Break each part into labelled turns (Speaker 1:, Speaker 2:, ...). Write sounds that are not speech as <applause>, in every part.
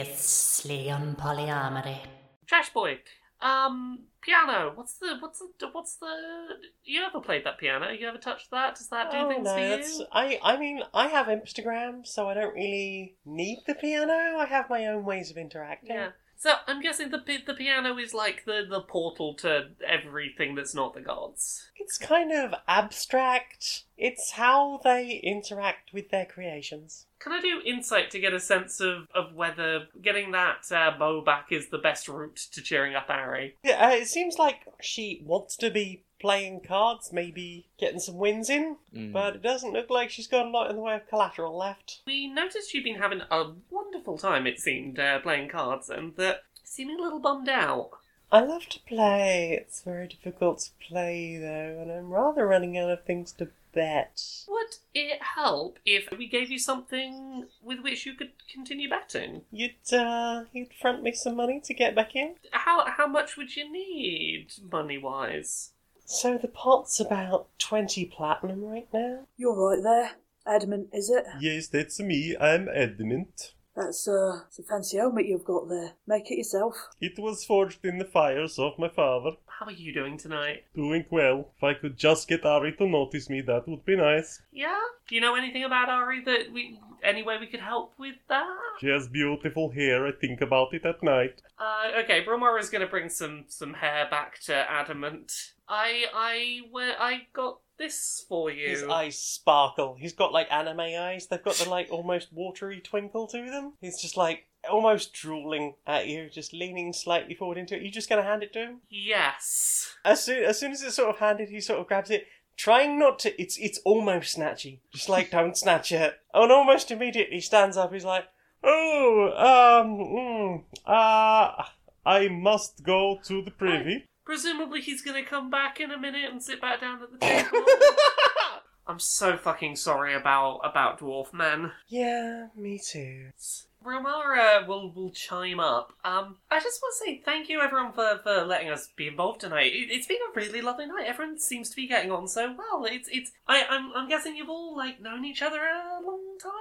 Speaker 1: Previously on polyamory.
Speaker 2: Trash boy. Um, piano. What's the what's the what's the? You ever played that piano? You ever touched that? Does that do
Speaker 3: Oh,
Speaker 2: things
Speaker 3: no,
Speaker 2: for you?
Speaker 3: that's- I, I mean, I have Instagram, so I don't really need the piano. I have my own ways of interacting.
Speaker 2: Yeah. So I'm guessing the pi- the piano is like the the portal to everything that's not the gods.
Speaker 3: It's kind of abstract. It's how they interact with their creations.
Speaker 2: Can I do insight to get a sense of, of whether getting that uh, bow back is the best route to cheering up Ari?
Speaker 3: Yeah, uh, it seems like she wants to be playing cards, maybe getting some wins in,
Speaker 4: Mm.
Speaker 3: but it doesn't look like she's got a lot in the way of collateral left.
Speaker 2: We noticed you've been having a wonderful time, it seemed, uh, playing cards, and that seeming a little bummed out.
Speaker 3: I love to play. It's very difficult to play, though, and I'm rather running out of things to bet.
Speaker 2: Would it help if we gave you something with which you could continue betting?
Speaker 3: You'd uh, you'd front me some money to get back in.
Speaker 2: How how much would you need money wise?
Speaker 3: So the pot's about twenty platinum right now.
Speaker 5: You're right there. Adamant, is it?
Speaker 6: Yes, that's me. I'm adamant.
Speaker 5: That's, uh, it's a fancy helmet you've got there. Make it yourself.
Speaker 6: It was forged in the fires of my father.
Speaker 2: How are you doing tonight?
Speaker 6: Doing well. If I could just get Ari to notice me, that would be nice.
Speaker 2: Yeah. Do you know anything about Ari that we any way we could help with that?
Speaker 6: She has beautiful hair. I think about it at night.
Speaker 2: Uh, okay, Bromar is going to bring some some hair back to Adamant. I I where I got this for you.
Speaker 3: His eyes sparkle. He's got like anime eyes. They've got the like almost watery twinkle to them. He's just like almost drooling at you, just leaning slightly forward into it. You just gonna hand it to him?
Speaker 2: Yes.
Speaker 3: As soon as soon as it's sort of handed, he sort of grabs it, trying not to. It's it's almost snatchy. Just like <laughs> don't snatch it. And almost immediately stands up. He's like, hmm,
Speaker 6: Oh, um, mm,
Speaker 3: uh,
Speaker 6: ah, I must go to the privy.
Speaker 2: Presumably he's going to come back in a minute and sit back
Speaker 3: <laughs>
Speaker 2: down at the table. I'm so fucking sorry about about dwarf men.
Speaker 3: yeah, me too.
Speaker 2: Romara will will chime up. Um, I just want to say thank you everyone for, for letting us be involved tonight. It, it's been a really lovely night. Everyone seems to be getting on so well. It's it's I I'm, I'm guessing you've all like known each other a long time.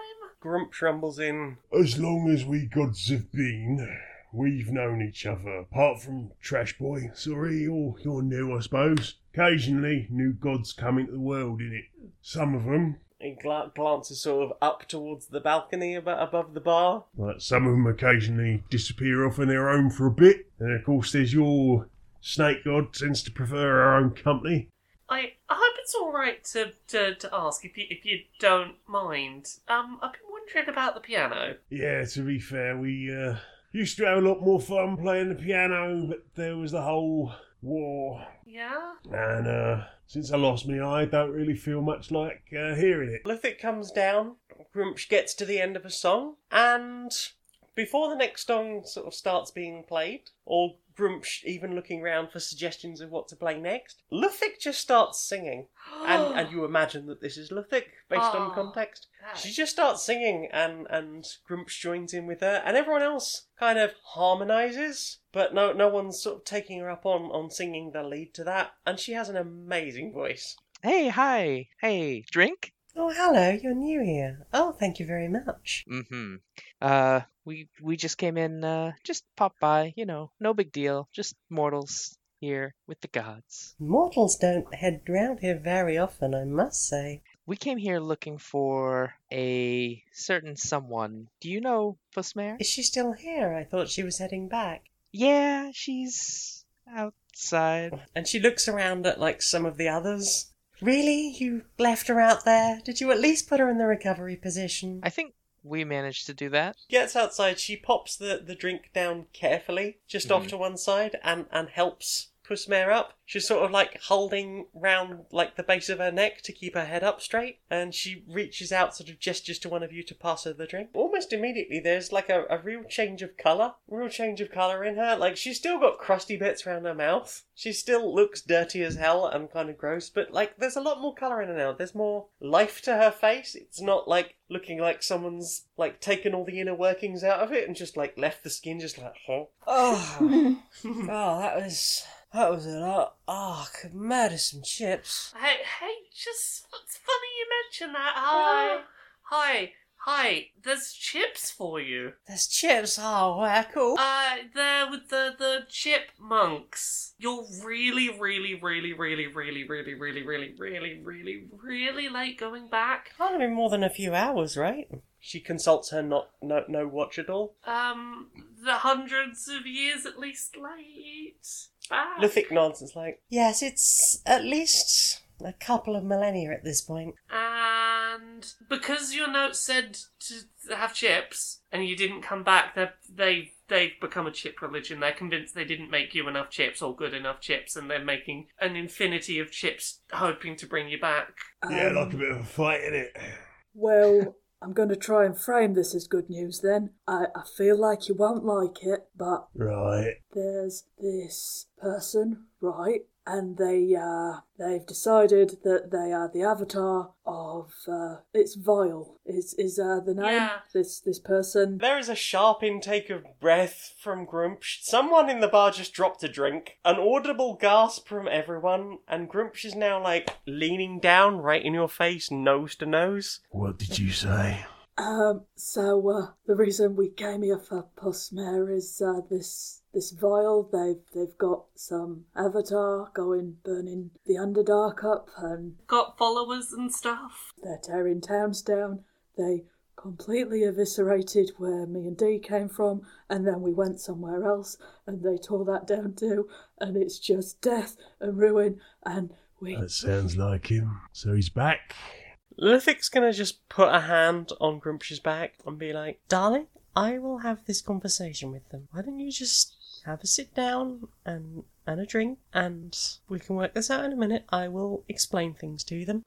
Speaker 3: Grump rumbles in.
Speaker 7: As long as we gods have been, we've known each other. Apart from Trash Boy, sorry, you're, you're new, I suppose. Occasionally, new gods come into the world, innit? Some of them,
Speaker 3: He gla- glances sort of up towards the balcony about above the bar.
Speaker 7: like some of them occasionally disappear off on their own for a bit. And of course, there's your snake god tends to prefer her own company.
Speaker 2: I I hope it's all right to, to, to ask if you if you don't mind. Um, I've been wondering about the piano.
Speaker 7: Yeah, to be fair, we uh, used to have a lot more fun playing the piano, but there was the whole war
Speaker 2: Yeah. <gasps>
Speaker 7: And uh, since I lost my eye, I don't really feel much like uh, hearing it.
Speaker 3: Lithic comes down. Grumsh gets to the end of a song, and before the next song sort of starts being played, or Grumsh even looking round for suggestions of what to play next, Lithic just starts singing. And, and you imagine that this is Lithic based
Speaker 2: Ah.
Speaker 3: on context.
Speaker 2: Ah.
Speaker 3: She just starts singing, and and Grumps joins in with her, and everyone else kind of harmonizes, but no no one's sort of taking her up on on singing the lead to that. And she has an amazing voice.
Speaker 4: Hey, hi. Hey, drink?
Speaker 3: Oh, hello, you're new here. Oh, thank you very much.
Speaker 4: Mm-hmm. Uh, we we just came in, uh, just pop by, you know, no big deal. Just mortals here with the gods.
Speaker 3: Mortals don't head round here very often, I must say.
Speaker 4: We came here looking for a certain someone. Do you know Fosmare?
Speaker 3: Is she still here? I thought she was heading back.
Speaker 4: Yeah, she's outside.
Speaker 3: And she looks around at, like, some of the others. Really? You left her out there? Did you at least put her in the recovery position?
Speaker 4: I think we managed to do that.
Speaker 3: gets outside, she pops the, the drink down carefully, just off to one side, and, and helps Pussmare up. She's sort of like holding round like the base of her neck to keep her head up straight, and she reaches out, sort of gestures to one of you to pass her the drink. Almost immediately, there's like a, a real change of colour, real change of colour in her. Like she's still got crusty bits around her mouth. She still looks dirty as hell and kind of gross, but like there's a lot more colour in her now. There's more life to her face. It's not like looking like someone's like taken all the inner workings out of it and just like left the skin just like huh.
Speaker 5: Oh,
Speaker 3: <laughs>
Speaker 5: <laughs> oh that was. That was a lot. Oh, I could murder some chips.
Speaker 2: Hey, hey, just it's funny you mention that. Hi, hi, Hi, there's chips for you.
Speaker 8: There's chips. Oh, wow, cool.
Speaker 2: Uh, there with the the chipmunks. You're really, really, really, really, really, really, really, really, really, really, really late going back.
Speaker 8: Can't have been more than a few hours, right?
Speaker 3: She consults her not no no watch at all.
Speaker 2: Um, the hundreds of years at least late back.
Speaker 3: Lithic nods. It's like
Speaker 8: Yes, it's at least a couple of millennia at this point.
Speaker 2: And because your note said to have chips and you didn't come back, they they they've become a chip religion. They're convinced they didn't make you enough chips or good enough chips, and they're making an infinity of chips, hoping to bring you back.
Speaker 7: Yeah,
Speaker 5: Um,
Speaker 7: like a bit of a fight in it.
Speaker 5: Well, I'm going to try and frame this as good news then. I, I feel like you won't like it, but
Speaker 7: Right.
Speaker 5: there's this person, right? And they uh, they've decided that they are the avatar of uh, it's Vile is is uh, the name
Speaker 2: Yeah.
Speaker 5: this this person.
Speaker 3: there is a sharp intake of breath from Grumpsh. Someone in the bar just dropped a drink. An audible gasp from everyone, and Grumpsh is now like leaning down, right in your face, nose to nose.
Speaker 7: What did you say?
Speaker 5: Um, so uh, the reason we came here for Postmare is uh, this this Vile they've they've got some avatar going burning the Underdark up and
Speaker 2: Got followers and stuff.
Speaker 5: They're tearing towns down. They completely eviscerated where me and Dee came from, and then we went somewhere else, and they tore that down too. And it's just death and ruin. And we
Speaker 7: That sounds like him. So he's back.
Speaker 3: Lithic's gonna just put a hand on Grumpsh's back and be like,
Speaker 8: Darling, I will have this conversation with them. Why don't you just have a sit down and and a drink and we can work this out in a minute. I will explain things to them.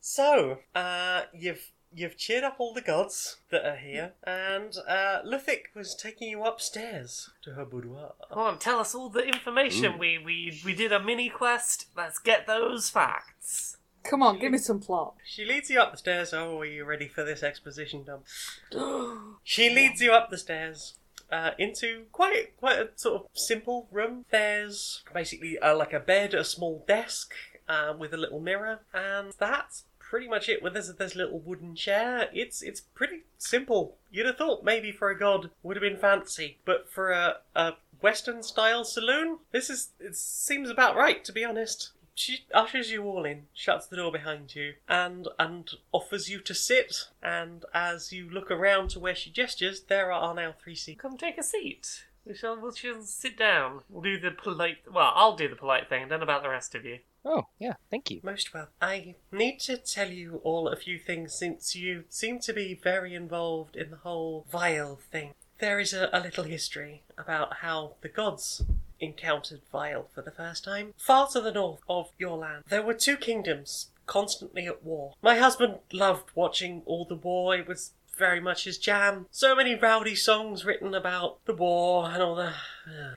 Speaker 3: So, uh, you've you've cheered up all the gods that are here, and uh, Lithic was taking you upstairs to her boudoir.
Speaker 2: Come on, tell us all the information. We we we did a mini quest. Let's get those facts.
Speaker 5: come on, give me some plot.
Speaker 3: She leads you up the stairs. Oh, are you ready for this exposition dump? <gasps> she leads you up the stairs. Uh, into quite quite a sort of simple room. There's basically uh, like a bed, a small desk uh, with a little mirror, and that's pretty much it. Well, there's this little wooden chair. It's it's pretty simple. You'd have thought maybe for a god would have been fancy, but for a, a Western style saloon, this is it seems about right to be honest. She ushers you all in, shuts the door behind you, and and offers you to sit. And as you look around to where she gestures, there are now three seats.
Speaker 2: Come take a seat. We shall we shall sit down. We'll do the polite. Well, I'll do the polite thing. Then about the rest of you.
Speaker 4: Oh, yeah, thank you.
Speaker 3: Most well. I need to tell you all a few things since you seem to be very involved in the whole Vile thing. There is a, a little history about how the gods encountered Vile for the first time. Far to the north of your land, there were two kingdoms constantly at war. My husband loved watching all the war. It was very much his jam. So many rowdy songs written about the war and all that.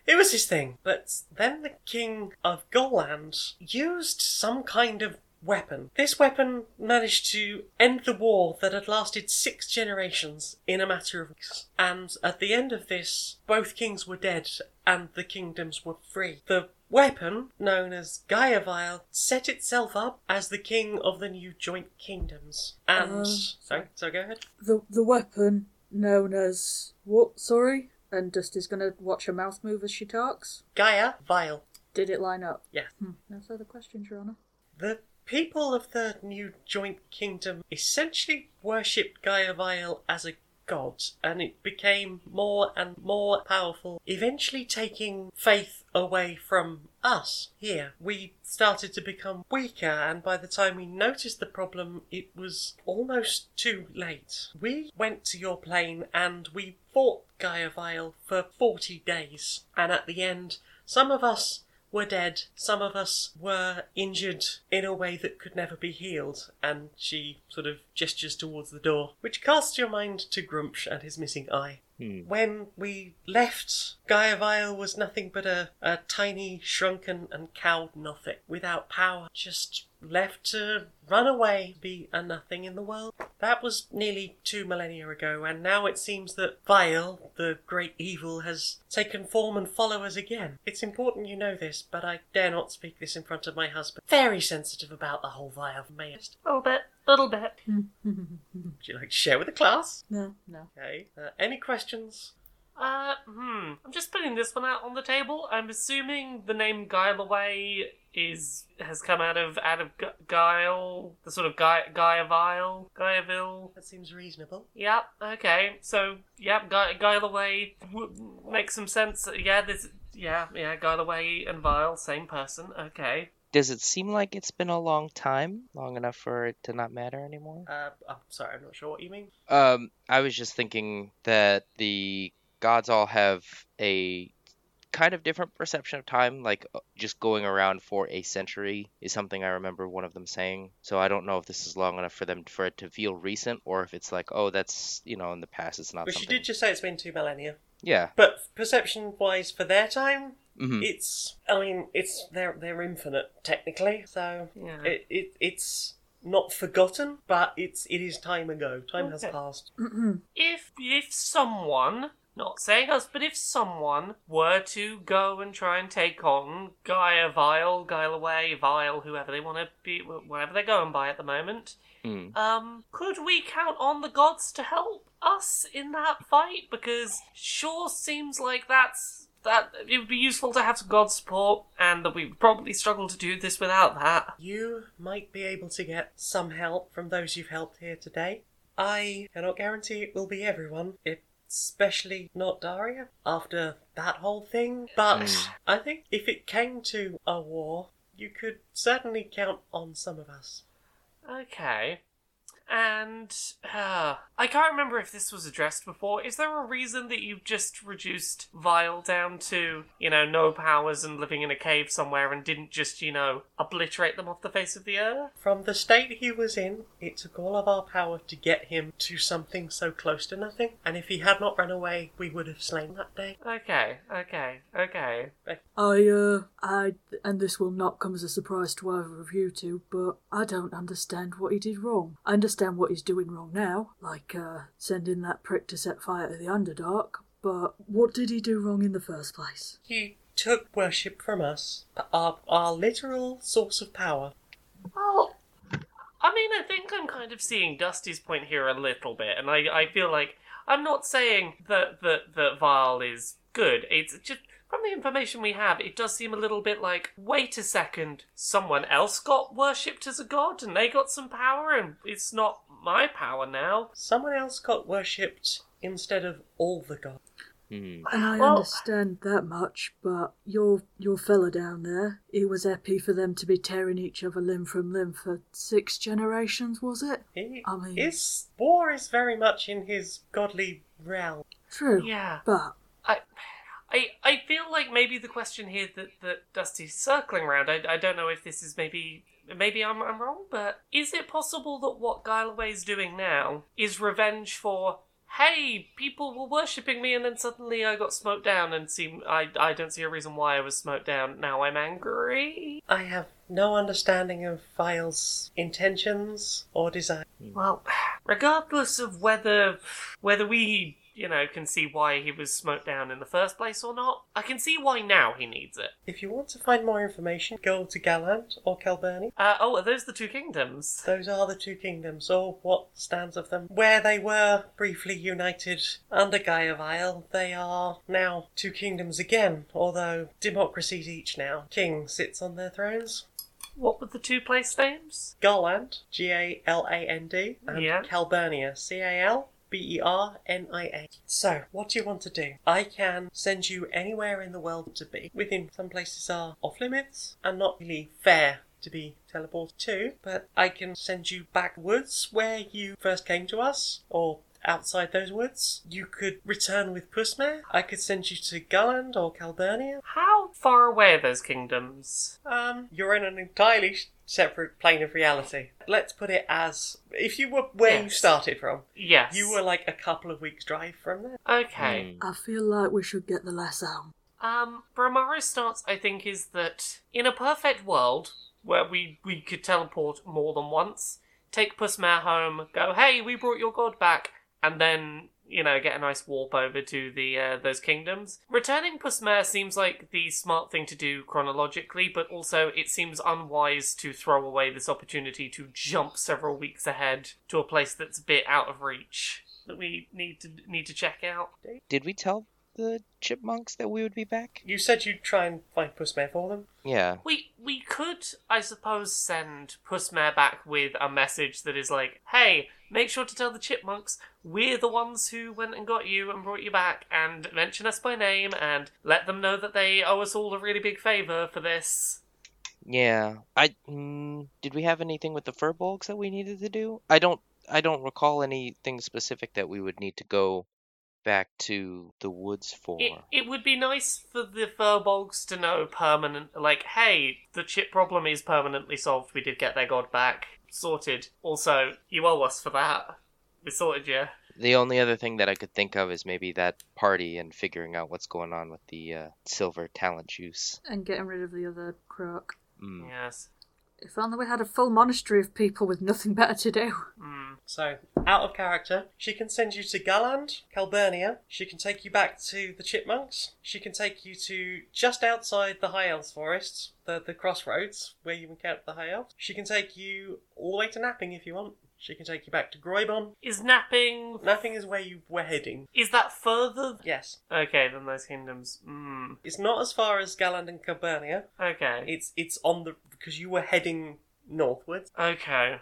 Speaker 3: It was his thing. But then the king of Goland used some kind of weapon. This weapon managed to end the war that had lasted six generations in a matter of weeks. And at the end of this, both kings were dead and the kingdoms were free. The weapon, known as Gaia Vile, set itself up as the king of the new joint kingdoms. And.
Speaker 5: Um,
Speaker 3: sorry, so go ahead.
Speaker 5: The the weapon known as what? Sorry. And Dusty's going to watch her mouth move as she talks.
Speaker 3: Gaia Vile.
Speaker 5: Did it line up?
Speaker 3: Yeah.
Speaker 5: Hmm. No further questions, Your Honour.
Speaker 3: The people of the new joint kingdom essentially worshipped Gaia Vile as a god, and it became more and more powerful, eventually taking faith away from us here. We started to become weaker, and by the time we noticed the problem, it was almost too late. We went to your plane and we fought Gaia Vile for 40 days, and at the end, some of us were dead, some of us were injured in a way that could never be healed, and she sort of gestures towards the door, which casts your mind to Grumsh and his missing eye. When we left, Gaia Vile was nothing but a, a tiny, shrunken, and cowed Nothic without power, just left to run away, be a nothing in the world. That was nearly two millennia ago, and now it seems that Vile, the great evil, has taken form and follow us again. It's important you know this, but I dare not speak this in front of my husband. Very sensitive about the whole Vile mayor.
Speaker 1: A little bit, little bit.
Speaker 3: Oh, Would you like to share with the class?
Speaker 5: No, no.
Speaker 3: Okay. Uh, any questions?
Speaker 2: Uh, hmm. I'm just putting this one out on the table. I'm assuming the name Guileway is has come out of out of Gu- Guile, the sort of Guy Guyavile, Guyaville.
Speaker 3: That seems reasonable.
Speaker 2: Yep. Okay. So yep, Guy Guileway w- makes some sense. Yeah. This. Yeah. Yeah. Guileway and Vile, same person. Okay.
Speaker 4: Does it seem like it's been a long time? Long enough for it to not matter anymore?
Speaker 3: Uh, I'm sorry, I'm not sure what you mean.
Speaker 4: Um, I was just thinking that the gods all have a kind of different perception of time. Like uh, just going around for a century is something I remember one of them saying. So I don't know if this is long enough for them for it to feel recent, or if it's like, oh, that's you know, in the past, it's not.
Speaker 3: But she
Speaker 4: something.
Speaker 3: did just say it's been two millennia.
Speaker 4: Yeah.
Speaker 3: But perception wise, for their time,
Speaker 4: Mm-hmm.
Speaker 3: it's. I mean, it's they're they're infinite technically, so
Speaker 2: Yeah.
Speaker 3: it, it it's not forgotten, but it's it is time ago. Time has
Speaker 2: Okay.
Speaker 3: passed.
Speaker 2: if if someone not saying us, but if someone were to go and try and take on Gaia Vile, Guileway, Vile, whatever they want to be, wh- whatever they're going by at the moment,
Speaker 4: Mm.
Speaker 2: um, could we count on the gods to help us in that fight? Because sure seems like that's that it would be useful to have some god support, and that we would probably struggle to do this without that.
Speaker 3: You might be able to get some help from those you've helped here today. I cannot guarantee it will be everyone, especially not Daria, after that whole thing. But I think if it came to a war, you could certainly count on some of us.
Speaker 2: Okay. And uh, I can't remember if this was addressed before. Is there a reason that you've just reduced Vile down to, you know, no powers and living in a cave somewhere and didn't just, you know, obliterate them off the face of the earth?
Speaker 3: From the state he was in, it took all of our power to get him to something so close to nothing, and if he had not run away, we would have slain that day.
Speaker 2: Okay, okay, okay.
Speaker 5: <clears throat> I, uh, I, and this will not come as a surprise to either of you two, but I don't understand what he did wrong. I understand what he's doing wrong now, like, uh, sending that prick to set fire to the Underdark, but what did he do wrong in the first place?
Speaker 3: He took worship from us, our, our literal source of power.
Speaker 2: Well, I mean, I think I'm kind of seeing Dusty's point here a little bit, and I, I feel like I'm not saying that that that Vile is good. It's just from the information we have, it does seem a little bit like, wait a second, someone else got worshipped as a god, and they got some power, and it's not my power now.
Speaker 3: Someone else got worshipped instead of all the gods.
Speaker 4: Mm.
Speaker 5: And I
Speaker 2: Well-
Speaker 5: understand that much, but your your fella down there, he was happy for them to be tearing each other limb from limb for six generations, was it?
Speaker 3: He
Speaker 5: I mean-
Speaker 3: is war is very much in his godly realm.
Speaker 5: True.
Speaker 2: Yeah.
Speaker 5: But
Speaker 2: I, I, I feel like maybe the question here that, that Dusty's circling around. I, I don't know if this is maybe maybe I'm, I'm wrong, but is it possible that what Gileway's doing now is revenge for? Hey, people were worshipping me, and then suddenly I got smoked down, and seem I I don't see a reason why I was smoked down. Now I'm angry.
Speaker 3: I have no understanding of Vile's intentions or desire.
Speaker 2: Well, regardless of whether whether we you know can see why he was smoked down in the first place or not, I can see why now he needs it.
Speaker 3: If you want to find more information, go to Gallant or Calberni.
Speaker 2: Uh, oh, are those the two kingdoms?
Speaker 3: Those are the two kingdoms, or what stands of them. Where they were briefly united under Gaia Vile, they are now two kingdoms again, although democracies each now. King sits on their thrones.
Speaker 2: What were the two place names?
Speaker 3: Garland, G A L A N D, and
Speaker 2: Yeah.
Speaker 3: Calbernia, C A L B E R N I A. So, what do you want to do? I can send you anywhere in the world to be. Within some places are off limits and not really fair to be teleported to, but I can send you backwards where you first came to us, or outside those woods. You could return with Pusmare. I could send you to Garland or Calbernia.
Speaker 2: How far away are those kingdoms?
Speaker 3: Um, you're in an entirely sh- separate plane of reality. Let's put it as if you were where you
Speaker 2: Yes.
Speaker 3: started from.
Speaker 2: Yes.
Speaker 3: You were like a couple of weeks' drive from there.
Speaker 2: Okay.
Speaker 5: I feel like we should get the less out.
Speaker 2: Um, Bramaro's stance, I think, is that in a perfect world where we, we could teleport more than once, take Pussmare home, go, hey, we brought your god back, and then you know get a nice warp over to the uh, those kingdoms. Returning Pussmare seems like the smart thing to do chronologically, but also it seems unwise to throw away this opportunity to jump several weeks ahead to a place that's a bit out of reach that we need to need to check out.
Speaker 4: Did we tell the chipmunks that we would be back?
Speaker 3: You said you'd try and find Pussman for them.
Speaker 4: Yeah.
Speaker 2: We we could, I suppose, send Pussmare back with a message that is like, "Hey, make sure to tell the chipmunks we're the ones who went and got you and brought you back, and mention us by name, and let them know that they owe us all a really big favor for this."
Speaker 4: Yeah. I mm, did we have anything with the furbolgs that we needed to do? I don't I don't recall anything specific that we would need to go back to the woods for.
Speaker 2: It, it would be nice for the furbolgs to know permanent, like, hey, the chip problem is permanently solved. We did get their god back, sorted. Also, you owe us for that. We sorted you.
Speaker 4: The only other thing that I could think of is maybe that party and figuring out what's going on with the uh, silver talent juice.
Speaker 5: And getting rid of the other croak.
Speaker 4: Mm.
Speaker 2: Yes.
Speaker 5: If only we had a full monastery of people with nothing better to do.
Speaker 2: Mm.
Speaker 3: So, out of character, she can send you to Galland, Calburnia. She can take you back to the Chipmunks. She can take you to just outside the High Elves forests, the, the crossroads where you encounter the High Elves. She can take you all the way to Napping if you want. She can take you back to Groybon.
Speaker 2: Is napping
Speaker 3: Napping is where you were heading.
Speaker 2: Is that further?
Speaker 3: Yes.
Speaker 2: Okay, then those kingdoms. Mm.
Speaker 3: It's not as far as Galland and Calburnia.
Speaker 2: Okay.
Speaker 3: It's it's on the because you were heading northwards.
Speaker 2: Okay.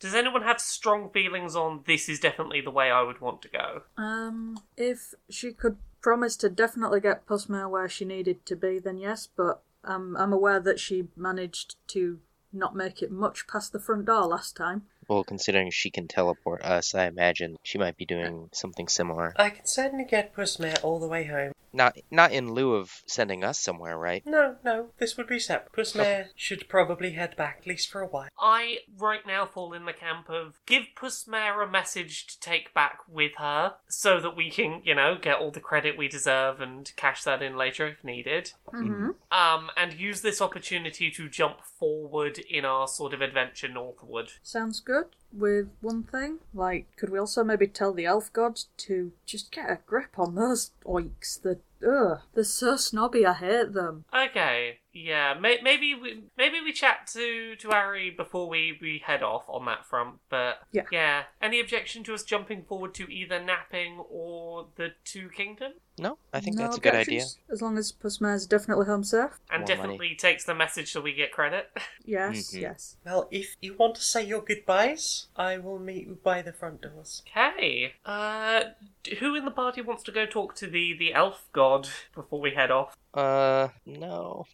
Speaker 2: Does anyone have strong feelings on this is definitely the way I would want to go?
Speaker 5: Um, if she could promise to definitely get Pusma where she needed to be, then yes. But um, I'm aware that she managed to not make it much past the front door last time.
Speaker 4: Well, considering she can teleport us, I imagine she might be doing something similar.
Speaker 3: I can certainly get Pussmare all the way home.
Speaker 4: Not not in lieu of sending us somewhere, right?
Speaker 3: No, no, this would be separate. Pussmare should probably head back, at least for a while.
Speaker 2: I right now fall in the camp of give Pussmare a message to take back with her so that we can, you know, get all the credit we deserve and cash that in later if needed.
Speaker 5: Mm-hmm.
Speaker 2: Um, and use this opportunity to jump forward in our sort of adventure northward.
Speaker 5: Sounds good. With one thing, like, could we also maybe tell the elf gods to just get a grip on those oiks? That ugh, they're so snobby. I hate them.
Speaker 2: Okay, yeah, may- maybe we maybe we chat to to Ari before we we head off on that front. But
Speaker 5: Yeah.
Speaker 2: any objection to us jumping forward to either napping or the two kingdom,
Speaker 4: No, I think
Speaker 5: No
Speaker 4: that's a good idea.
Speaker 5: objections, As long as Pusma's definitely home safe.
Speaker 2: and
Speaker 4: More
Speaker 2: definitely takes the message so we get credit. <laughs>
Speaker 5: Yes,
Speaker 4: Mhm.
Speaker 5: yes.
Speaker 3: Well, if you want to say your goodbyes, I will meet you by the front doors.
Speaker 2: okay, uh, d- who in the party wants to go talk to the the elf god before we head off?
Speaker 4: Uh, no.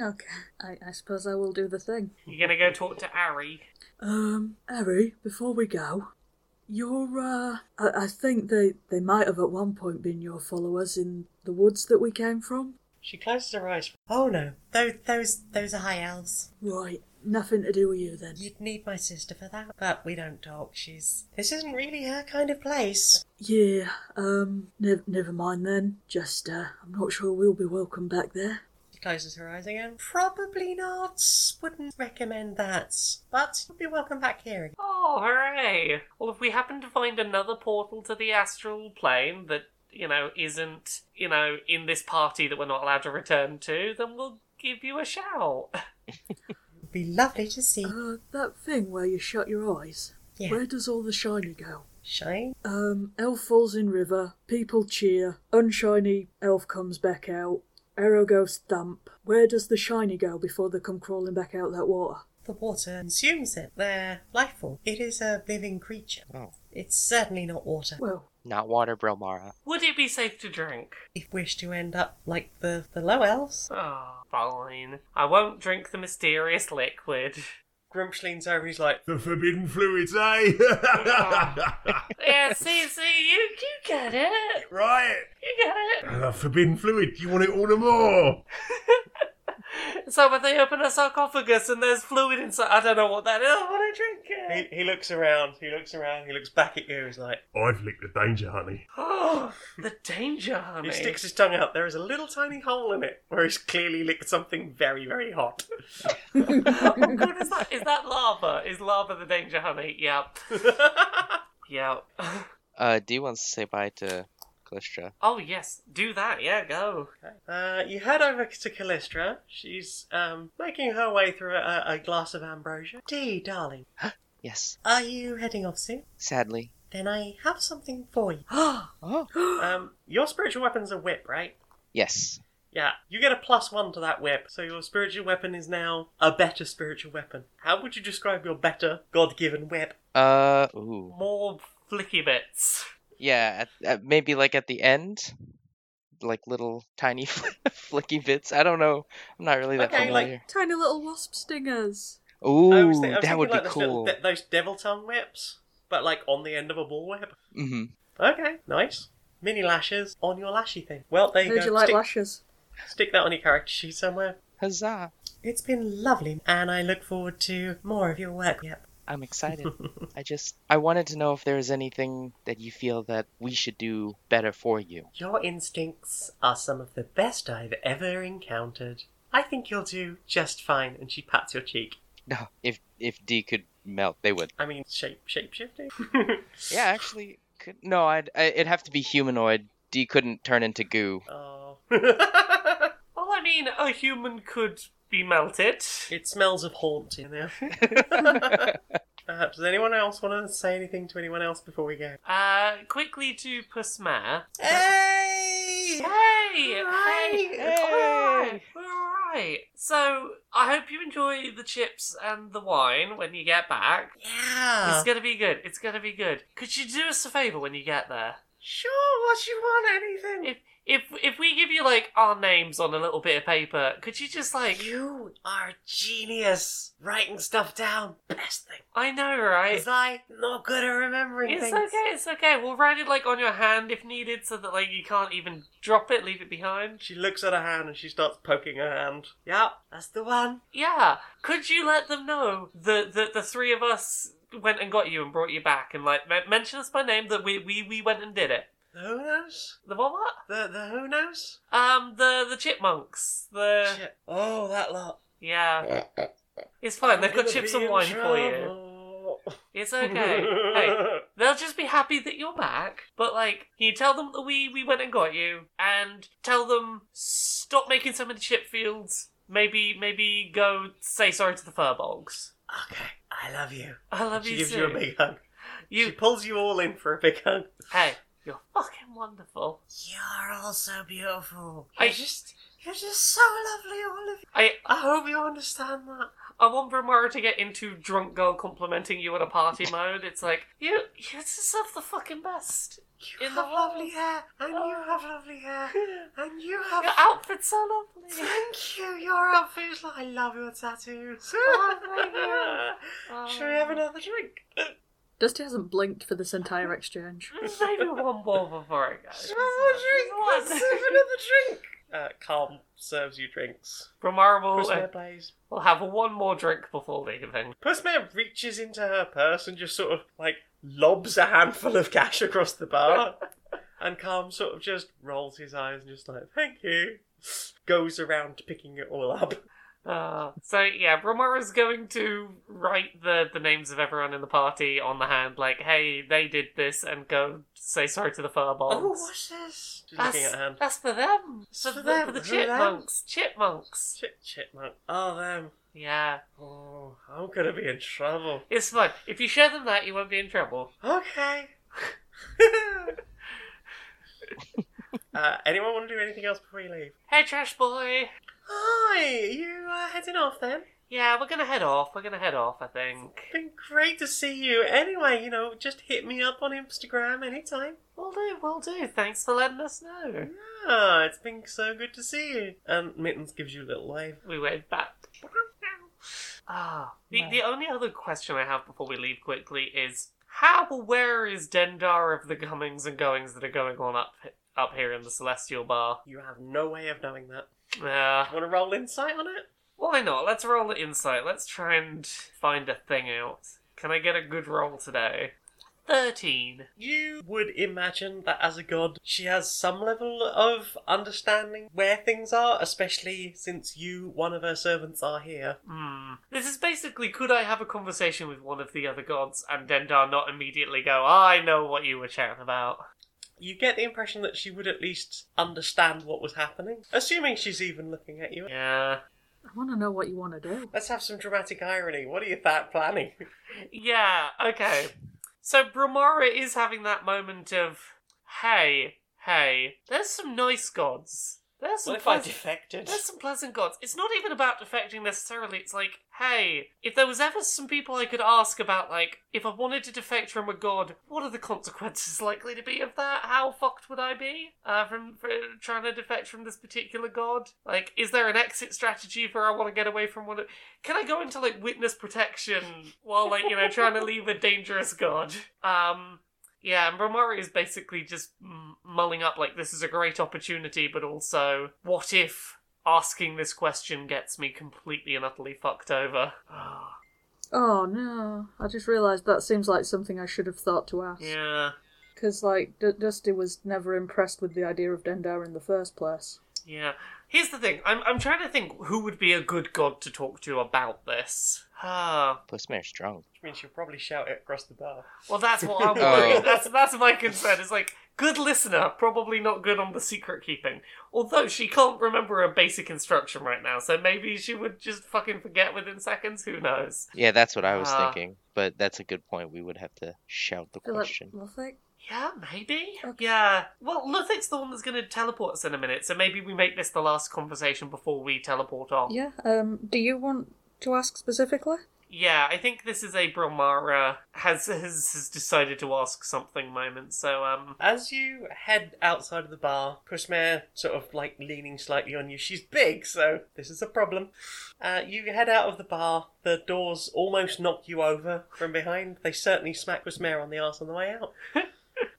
Speaker 5: Okay. I, I suppose I will do the thing.
Speaker 2: You're gonna go talk to Ari.
Speaker 5: Um, Harry, before we go, you're, uh, I, I think they, they might have at one point been your followers in the woods that we came from.
Speaker 3: She closes her eyes. Oh no, those those those are high elves.
Speaker 5: Right, nothing to do with you then.
Speaker 3: You'd need my sister for that, but we don't talk. She's this isn't really her kind of place.
Speaker 5: Yeah, um, nev- never mind then. Just, uh, I'm not sure we'll be welcome back there.
Speaker 3: She closes her eyes again. Probably not. Wouldn't recommend that. But you'll be welcome back here. again.
Speaker 2: Oh, hooray! Well, if we happen to find another portal to the astral plane that, you know, isn't, you know, in this party that we're not allowed to return to, then we'll give you a shout. <laughs>
Speaker 3: It'd be lovely to see.
Speaker 5: Uh, that thing where you shut your eyes.
Speaker 3: Yeah.
Speaker 5: Where does all the shiny go?
Speaker 3: Shine.
Speaker 5: Um, elf falls in river, people cheer, unshiny elf comes back out, arrow goes thump. Where does the shiny go before they come crawling back out that water?
Speaker 3: The water consumes it. Their life form. It is a living creature.
Speaker 4: Oh,
Speaker 3: It's certainly not water.
Speaker 5: Well,
Speaker 4: not water, Bromara.
Speaker 2: Would it be safe to drink?
Speaker 3: If wish to end up like the the low elves.
Speaker 2: Oh, fine. I won't drink the mysterious liquid. <laughs>
Speaker 3: Grumsh leans over. He's like,
Speaker 7: The forbidden fluids, eh? <laughs>
Speaker 2: yeah, see, see, you, you get it.
Speaker 7: right.
Speaker 2: You get it. <laughs>
Speaker 7: Uh, forbidden fluid. You want it all the more.
Speaker 2: So when they open a sarcophagus and there's fluid inside, I don't know what that is. I want to drink
Speaker 3: He,
Speaker 2: it.
Speaker 3: he looks around, he looks around, he looks back at you, he's like,
Speaker 7: I've licked the danger, honey.
Speaker 2: Oh, the danger,
Speaker 3: he
Speaker 2: honey.
Speaker 3: sticks his tongue out. There is a little tiny hole in it where he's clearly licked something very, very hot.
Speaker 2: oh god, is that is that lava? Is lava the danger, honey? Yep. <laughs> yep.
Speaker 4: Uh, do you want to say bye to Callistra?
Speaker 2: Oh yes, do that. Yeah, go.
Speaker 3: Uh, you head over to Callistra. She's um, making her way through a, a glass of ambrosia. Dee, darling,
Speaker 4: Yes,
Speaker 3: are you heading off soon?
Speaker 4: sadly.
Speaker 3: Then I have something for you. <gasps>
Speaker 4: Oh.
Speaker 3: um, your spiritual weapon's a whip, right?
Speaker 4: Yes.
Speaker 3: Yeah, you get a plus one to that whip, so your spiritual weapon is now a better spiritual weapon. How would you describe your better God given whip?
Speaker 4: Uh, ooh.
Speaker 2: More flicky bits.
Speaker 4: Yeah, at, at, maybe like at the end? Like little tiny <laughs> flicky bits? I don't know. I'm not really that
Speaker 3: Okay, like,
Speaker 4: familiar.
Speaker 5: Tiny little wasp stingers.
Speaker 3: I was
Speaker 4: Ooh,
Speaker 3: thi- I was
Speaker 4: that
Speaker 3: thinking
Speaker 4: would be
Speaker 3: like those little
Speaker 4: cool.
Speaker 3: de- those devil tongue whips, but like on the end of a ball whip.
Speaker 4: hmm
Speaker 3: Okay, nice. Mini lashes on your lashy thing. Well, there you
Speaker 5: Heard
Speaker 3: go.
Speaker 5: you like
Speaker 3: stick,
Speaker 5: lashes.
Speaker 3: stick that on your character sheet somewhere.
Speaker 4: Huzzah!
Speaker 3: It's been lovely, and I look forward to more of your work. Yep.
Speaker 4: I'm
Speaker 3: <laughs>
Speaker 4: excited. I just I wanted to know if there is anything that you feel that we should do better for you.
Speaker 3: Your instincts are some of the best I've ever encountered. I think you'll do just fine. And she pats your cheek.
Speaker 4: No, if if D could melt, they would.
Speaker 3: I mean, shape shape
Speaker 2: <laughs>
Speaker 3: shifting.
Speaker 4: Yeah, actually, could no, I'd I, it'd have to be humanoid. D couldn't turn into goo.
Speaker 3: oh. <laughs>
Speaker 2: Well, I mean, a human could be melted.
Speaker 3: It smells of haunt
Speaker 2: <laughs>
Speaker 3: in there. uh, does anyone else want to say anything to anyone else before we go?
Speaker 2: Uh, quickly to Pusmare.
Speaker 3: Hey!
Speaker 2: Hey! Hey!
Speaker 3: Alright.
Speaker 2: Alright, We're alright. So, I hope you enjoy the chips and the wine when you get back.
Speaker 3: Yeah.
Speaker 2: It's gonna be good. It's gonna be good. Could you do us a favor when you get there?
Speaker 3: Sure, what you want, anything.
Speaker 2: If if if we give you like our names on a little bit of paper, could you just like
Speaker 3: You are a genius. Writing stuff down, best thing.
Speaker 2: I know, right?
Speaker 3: Is I not good at remembering
Speaker 2: It's
Speaker 3: things?
Speaker 2: okay, it's okay. We'll write it like on your hand if needed so that like you can't even drop it, leave it behind.
Speaker 3: She looks at her hand and she starts poking her hand. Yeah, that's the one.
Speaker 2: Yeah. Could you let them know that the, the three of us went and got you and brought you back and like me- mention us by name that we, we, we went and did it?
Speaker 3: The who knows?
Speaker 2: The what? what?
Speaker 3: The the who knows?
Speaker 2: Um, the the chipmunks. The
Speaker 3: Shit. Oh, that lot.
Speaker 2: yeah. It's fine. They've got chips and wine for you.
Speaker 3: you.
Speaker 2: It's okay. hey, they'll just be happy that you're back. But like, can you tell them that we we went and got you, and tell them stop making so many chip fields. Maybe maybe go say sorry to the furbolgs.
Speaker 3: Okay, I love you.
Speaker 2: I love
Speaker 3: she
Speaker 2: you.
Speaker 3: gives
Speaker 2: too.
Speaker 3: you a big hug.
Speaker 2: You
Speaker 3: She pulls you all in for a big hug.
Speaker 2: Hey, you're fucking wonderful.
Speaker 3: You're all so beautiful.
Speaker 2: I-
Speaker 3: You're just, you're just so lovely, all of you.
Speaker 2: I
Speaker 3: I hope you understand that.
Speaker 2: I want Bramara to get into drunk girl complimenting you in a
Speaker 3: <laughs>
Speaker 2: party mode. It's like you you deserve the fucking best.
Speaker 3: You
Speaker 2: In the
Speaker 3: have lovely
Speaker 2: world.
Speaker 3: hair, and you have lovely hair, <laughs> and you have. <laughs>
Speaker 2: Your outfit's so lovely.
Speaker 3: Thank you. Your outfit is like I love your tattoos. <laughs>
Speaker 2: Oh, thank you.
Speaker 3: Should we have another drink?
Speaker 5: Dusty hasn't blinked for this entire exchange.
Speaker 2: Maybe one more before I go.
Speaker 3: Should we have another drink? Let's
Speaker 2: One.
Speaker 3: have another drink. <laughs> Oh, Uh, Calm serves you drinks.
Speaker 2: Bramara will, uh,
Speaker 3: Pussmare plays.
Speaker 2: will have one more drink before leaving.
Speaker 3: Pussmare reaches into her purse and just sort of like lobs a handful of cash across the <laughs> bar. and Calm sort of just rolls his eyes and just like, thank you. <laughs> Goes around picking it all up.
Speaker 2: Uh, so yeah, Bramara's going to write the, the names of everyone in the party on the hand, like, hey, they did this, and go say sorry to the furbolgs.
Speaker 3: Oh, what's this? She's
Speaker 2: That's,
Speaker 3: looking at her hand.
Speaker 2: that's for them.
Speaker 3: It's
Speaker 2: For,
Speaker 3: for
Speaker 2: the,
Speaker 3: them.
Speaker 2: for the
Speaker 3: Who are them?
Speaker 2: chipmunks. Chipmunks.
Speaker 3: Chit chipmunk. Oh, them.
Speaker 2: Yeah.
Speaker 3: Oh, I'm gonna be in trouble.
Speaker 2: It's fine. If you show them that, you won't be in trouble.
Speaker 3: Okay. uh, anyone want to do anything else before you leave?
Speaker 2: Hey, trash boy.
Speaker 3: Hi, you uh, heading off then?
Speaker 2: Yeah, we're gonna head off. We're gonna head off, I think.
Speaker 3: Been great to see you. Anyway, you know, just hit me up on Instagram anytime.
Speaker 2: We'll do, we'll do. Thanks for letting us know.
Speaker 3: Ah, it's been so good to see you. And Mittens gives you a little wave.
Speaker 2: We went back. Ah, the, the only other question I have before we leave quickly is how aware is Dendar of the comings and goings that are going on up up here in the Celestial Bar?
Speaker 3: You have no way of knowing that.
Speaker 2: Uh,
Speaker 3: Want to roll insight on it?
Speaker 2: Why not? Let's roll the insight. Let's try and find a thing out. Can I get a good roll today? 13.
Speaker 3: You would imagine that as a god, she has some level of understanding where things are, especially since you, one of her servants, are here.
Speaker 2: Hmm. This is basically could I have a conversation with one of the other gods and Dendar not immediately go, I know what you were chatting about?
Speaker 3: You get the impression that she would at least understand what was happening, assuming she's even looking at you.
Speaker 2: Yeah.
Speaker 5: I want to know what you want to do.
Speaker 3: Let's have some dramatic irony. What are you that planning?
Speaker 2: Yeah, okay. So Bromara is having that moment of, hey, hey, there's some nice gods. There's some
Speaker 3: What if I
Speaker 2: pleas-
Speaker 3: defected?
Speaker 2: There's some pleasant gods. It's not even about defecting necessarily. It's like, hey, if there was ever some people I could ask about, like, if I wanted to defect from a god, what are the consequences <laughs> likely to be of that? How fucked would I be uh, from, for trying to defect from this particular god? Like, is there an exit strategy for I want to get away from one? Of... Can I go into like witness protection while like you know trying to leave a dangerous god? Um, yeah, and Romari is basically just m- mulling up like this is a great opportunity, but also what if asking this question gets me completely and utterly fucked over?
Speaker 5: Oh no! I just realised that seems like something I should have thought to ask.
Speaker 2: yeah,
Speaker 5: Because like D- Dusty was never impressed with the idea of Dendar in the first place.
Speaker 2: yeah. Here's the thing. I'm I'm trying to think who would be a good god to talk to about this. <sighs> Ah,
Speaker 4: Plus, Mayor's drunk.
Speaker 3: Which means she'll probably shout it across the bar.
Speaker 2: well, that's what I'm
Speaker 4: Oh.
Speaker 2: worried. That's that's my concern. Is like good listener, probably not good on the secret keeping. Although she can't remember a basic instruction right now, so maybe she would just fucking forget within seconds. Who knows?
Speaker 4: Yeah, that's what I was
Speaker 2: Ah.
Speaker 4: thinking. But that's a good point. We would have to shout the
Speaker 5: I feel like
Speaker 4: question.
Speaker 5: Lothic?
Speaker 2: Yeah, maybe.
Speaker 5: Okay.
Speaker 2: Yeah. Well, Luthic's the one that's going to teleport us in a minute, so maybe we make this the last conversation before we teleport off.
Speaker 5: Yeah. Um. Do you want to ask specifically?
Speaker 2: Yeah, I think this is a Bromara has, has has decided to ask something moment. So um,
Speaker 3: As you head outside of the bar, Kusmare sort of like leaning slightly on you. She's big, so this is a problem. Uh, you head out of the bar. The doors almost knock you over from behind. They certainly smack Kusmare on the arse on the way out.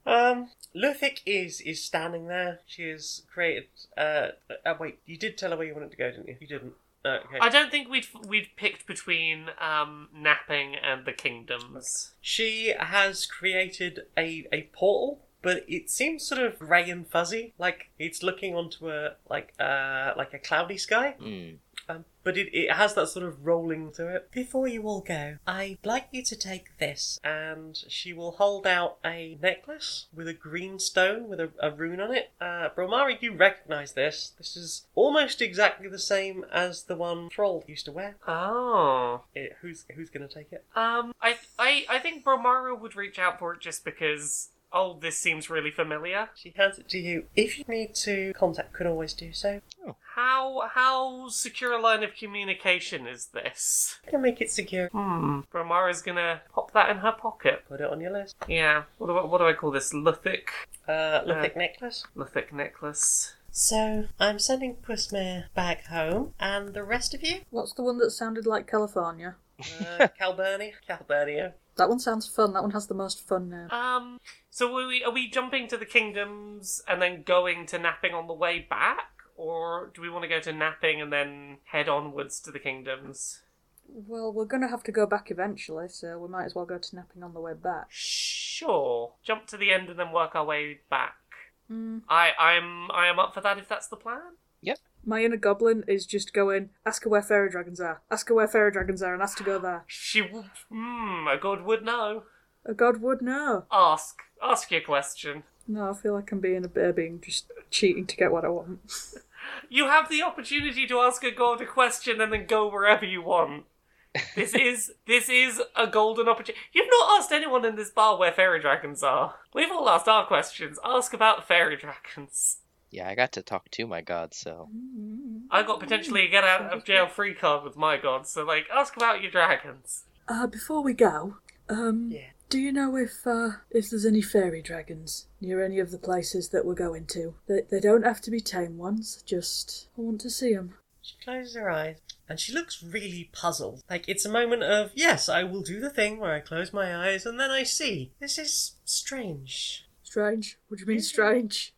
Speaker 3: um, Luthic is is standing there. She has created. Uh, uh, wait, you did tell her where you wanted to go, didn't you? You didn't. Uh, okay.
Speaker 2: I don't think we'd we'd picked between um napping and the kingdoms.
Speaker 3: She has created a, a portal, but it seems sort of grey and fuzzy, like it's looking onto a like uh like a cloudy sky.
Speaker 4: Mm.
Speaker 3: Um, but it, it has that sort of rolling to it. Before you all go, I'd like you to take this, and she will hold out a necklace with a green stone with a, a rune on it. Uh, Bromari, you recognise this. This is almost exactly the same as the one Troll used to wear.
Speaker 2: Oh.
Speaker 3: It, who's who's going to take it?
Speaker 2: Um, I I I think Bromara would reach out for it just because. Oh, this seems really familiar.
Speaker 3: She hands it to you. If you need to contact, could always do so.
Speaker 2: How how secure a line of communication is this?
Speaker 3: I can make it secure.
Speaker 2: Hmm. Bromara's gonna pop that in her pocket.
Speaker 3: Put it on your list.
Speaker 2: Yeah. What do I, what do I call this? Lithic
Speaker 3: Uh,
Speaker 2: Lithic
Speaker 3: lithic necklace.
Speaker 2: lithic necklace.
Speaker 3: So I'm sending Pusmere back home, and the rest of you,
Speaker 5: What's the one that sounded like California?
Speaker 3: uh, Calburnia, Calburnia.
Speaker 5: That one sounds fun. That one has the most fun name.
Speaker 2: Um. So are we are we jumping to the kingdoms and then going to napping on the way back, or do we want to go to napping and then head onwards to the kingdoms?
Speaker 5: Well, we're going to have to go back eventually, so we might as well go to napping on the way back.
Speaker 2: Sure. Jump to the end and then work our way back.
Speaker 5: Mm.
Speaker 2: I I'm I am up for that if that's the plan.
Speaker 5: My inner goblin is just going, ask her where fairy dragons are, ask her where fairy dragons are, and ask to go there.
Speaker 2: She. w- Hmm. A god would know.
Speaker 5: A god would know.
Speaker 2: Ask. Ask your question.
Speaker 5: No, I feel like I'm being a bear being just cheating to get what I want.
Speaker 2: You have the opportunity to ask a god a question and then go wherever you want. this is this is a golden opportunity. You've not asked anyone in this bar where fairy dragons are. We've all asked our questions. Ask about fairy dragons.
Speaker 4: Yeah, I got to talk to my god, so.
Speaker 2: I got potentially a get out of jail free card with my god, so like ask about your dragons. <laughs>
Speaker 5: Uh, before we go, um,
Speaker 3: Yeah.
Speaker 5: do you know if uh, if there's any fairy dragons near any of the places that we're going to? They, they don't have to be tame ones, just I want to see them.
Speaker 3: She closes her eyes, and she looks really puzzled. Like it's a moment of yes, I will do the thing where I close my eyes, and then I see. This is strange.
Speaker 5: Strange. What do you mean strange?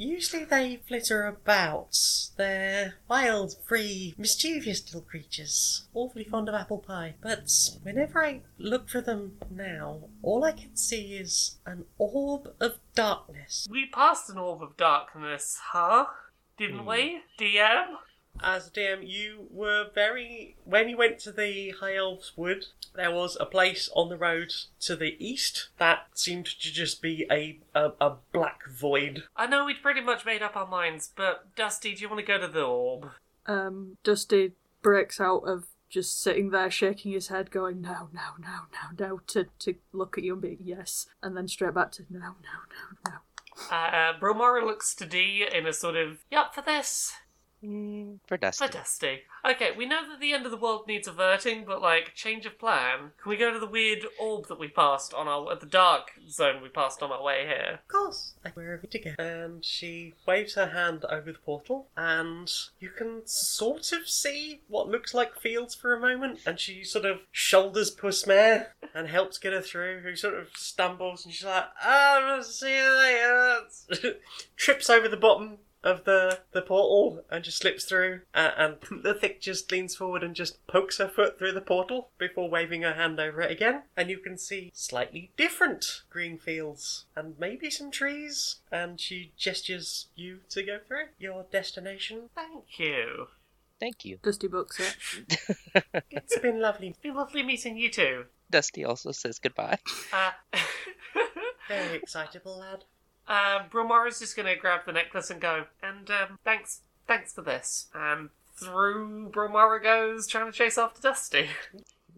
Speaker 3: Usually they flitter about. They're wild, free, mischievous little creatures, awfully fond of apple pie. But whenever I look for them now, all I can see is an orb of darkness.
Speaker 2: We passed an orb of darkness, huh? Didn't we? DM?
Speaker 3: As a DM, you were very. When you went to the High Elves Wood, there was a place on the road to the east that seemed to just be a, a, a black void.
Speaker 2: I know we'd pretty much made up our minds, but Dusty, do you want to go to the orb?
Speaker 5: Um, Dusty breaks out of just sitting there, shaking his head, going no, no, no, no, no, to to look at you and be yes, and then straight back to no, no, no, no.
Speaker 2: Uh, uh, Bromara looks to D in a sort of, you up for this?
Speaker 4: Mm, for Dusty.
Speaker 2: For Dusty. Okay, we know that the end of the world needs averting, but like, change of plan. Can we go to the weird orb that we passed on our, the dark zone we passed on our way here?
Speaker 3: Of course, like wherever to go. And she waves her hand over the portal, and you can sort of see what looks like fields for a moment. And she sort of shoulders Pussmare and helps get her through, who sort of stumbles, and she's like, "Ah, see you later." <laughs> Trips over the bottom, of the, the portal and just slips through. Uh, and <laughs> the thick just leans forward and just pokes her foot through the portal before waving her hand over it again. And you can see slightly different green fields and maybe some trees. And she gestures you to go through your destination.
Speaker 2: Thank you.
Speaker 4: Thank you.
Speaker 5: Dusty books it.
Speaker 3: It's been lovely.
Speaker 2: It's been lovely meeting you too.
Speaker 4: Dusty also
Speaker 2: <laughs>
Speaker 4: says goodbye.
Speaker 2: Uh,
Speaker 3: Very excitable lad.
Speaker 2: Um, Bromara's just going to grab the necklace and go, and um, thanks, thanks for this. And through Bromara goes, trying to chase after Dusty. <laughs>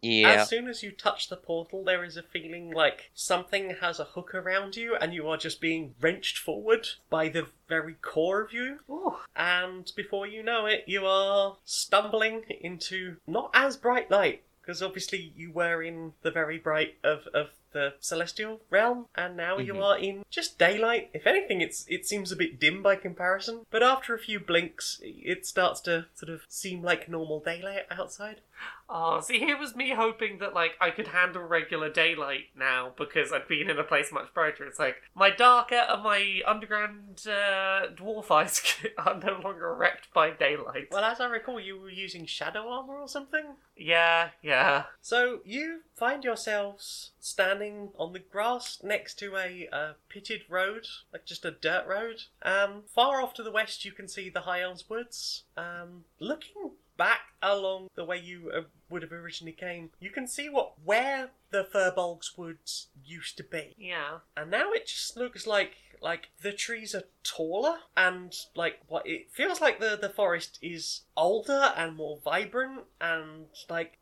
Speaker 4: Yeah.
Speaker 3: As soon as you touch the portal, there is a feeling like something has a hook around you and you are just being wrenched forward by the very core of you.
Speaker 2: Ooh,
Speaker 3: And before you know it, you are stumbling into not as bright light, because obviously you were in the very bright of, of the celestial realm, and now you are in just daylight. If anything, it's it seems a bit dim by comparison, but after a few blinks, it starts to sort of seem like normal daylight outside.
Speaker 2: oh, see, here was me hoping that like I could handle regular daylight now because I'd been in a place much brighter. It's like my darker and my underground uh, dwarf eyes <laughs> are no longer wrecked by daylight.
Speaker 3: Well, as I recall, you were using shadow armor or something.
Speaker 2: yeah, yeah.
Speaker 3: So you find yourselves standing on the grass next to a uh, pitted road, like just a dirt road. Um, far off to the west, you can see the High Elms Woods. Um, looking back along the way you uh, would have originally came, you can see what where the Furbolgs Woods used to be
Speaker 2: Yeah.
Speaker 3: and now it just looks like like the trees are taller and like what it feels like the the forest is older and more vibrant and like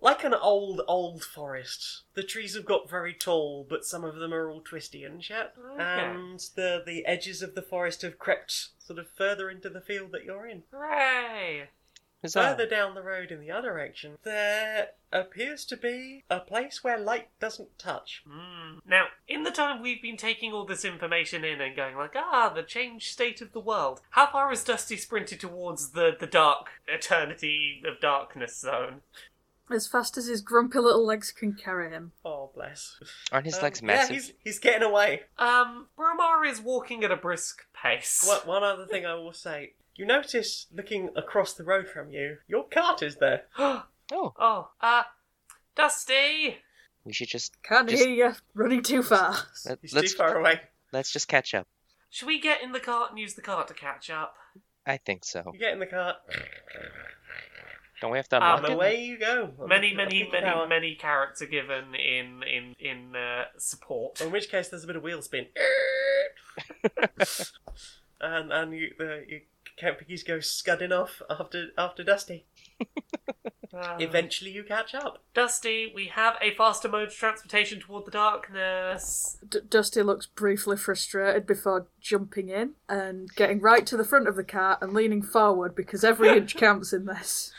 Speaker 3: like an old old forest the trees have got very tall but some of them are all twisty and shit
Speaker 2: Okay.
Speaker 3: and the the edges of the forest have crept sort of further into the field that you're in
Speaker 2: Hooray!
Speaker 4: Huzzah.
Speaker 3: Further down the road in the other direction, there appears to be a place where light doesn't touch.
Speaker 2: Mm. Now, in the time we've been taking all this information in and going like, ah, the changed state of the world. How far has Dusty sprinted towards the the dark eternity of darkness zone?
Speaker 5: As fast as his grumpy little legs can carry him.
Speaker 3: Oh, bless.
Speaker 4: Aren't his
Speaker 3: Um,
Speaker 4: legs massive?
Speaker 3: Yeah, he's, he's getting away.
Speaker 2: Um, Bromar is walking at a brisk pace.
Speaker 3: One, one other thing I will say. You notice, looking across the road from you, your cart is there.
Speaker 4: Oh,
Speaker 2: Oh, uh, Dusty.
Speaker 4: we should just
Speaker 5: Can't
Speaker 4: Just-
Speaker 5: hear you. Running too fast.
Speaker 4: let,
Speaker 3: He's
Speaker 4: let's
Speaker 3: too far away.
Speaker 4: let's just catch up.
Speaker 2: Should we get in the cart and use the cart to catch up?
Speaker 4: I think so.
Speaker 3: You get in the cart,
Speaker 4: Don't we have to
Speaker 2: Um,
Speaker 4: unlock
Speaker 3: and
Speaker 4: it?
Speaker 3: away you go.
Speaker 2: Many, many,
Speaker 3: Power.
Speaker 2: many, many carrots are given in in in uh, support.
Speaker 3: In which case, there's a bit of wheel
Speaker 4: <laughs>
Speaker 3: spin. and and you, the, you Count Piggies go scudding off after after Dusty.
Speaker 2: Uh,
Speaker 4: Uh-huh.
Speaker 3: Eventually, you catch up.
Speaker 2: Dusty, we have a faster mode of transportation toward the darkness.
Speaker 5: D- Dusty looks briefly frustrated before jumping in and getting right to the front of the cart and leaning forward because every
Speaker 4: <laughs>
Speaker 5: inch counts in this.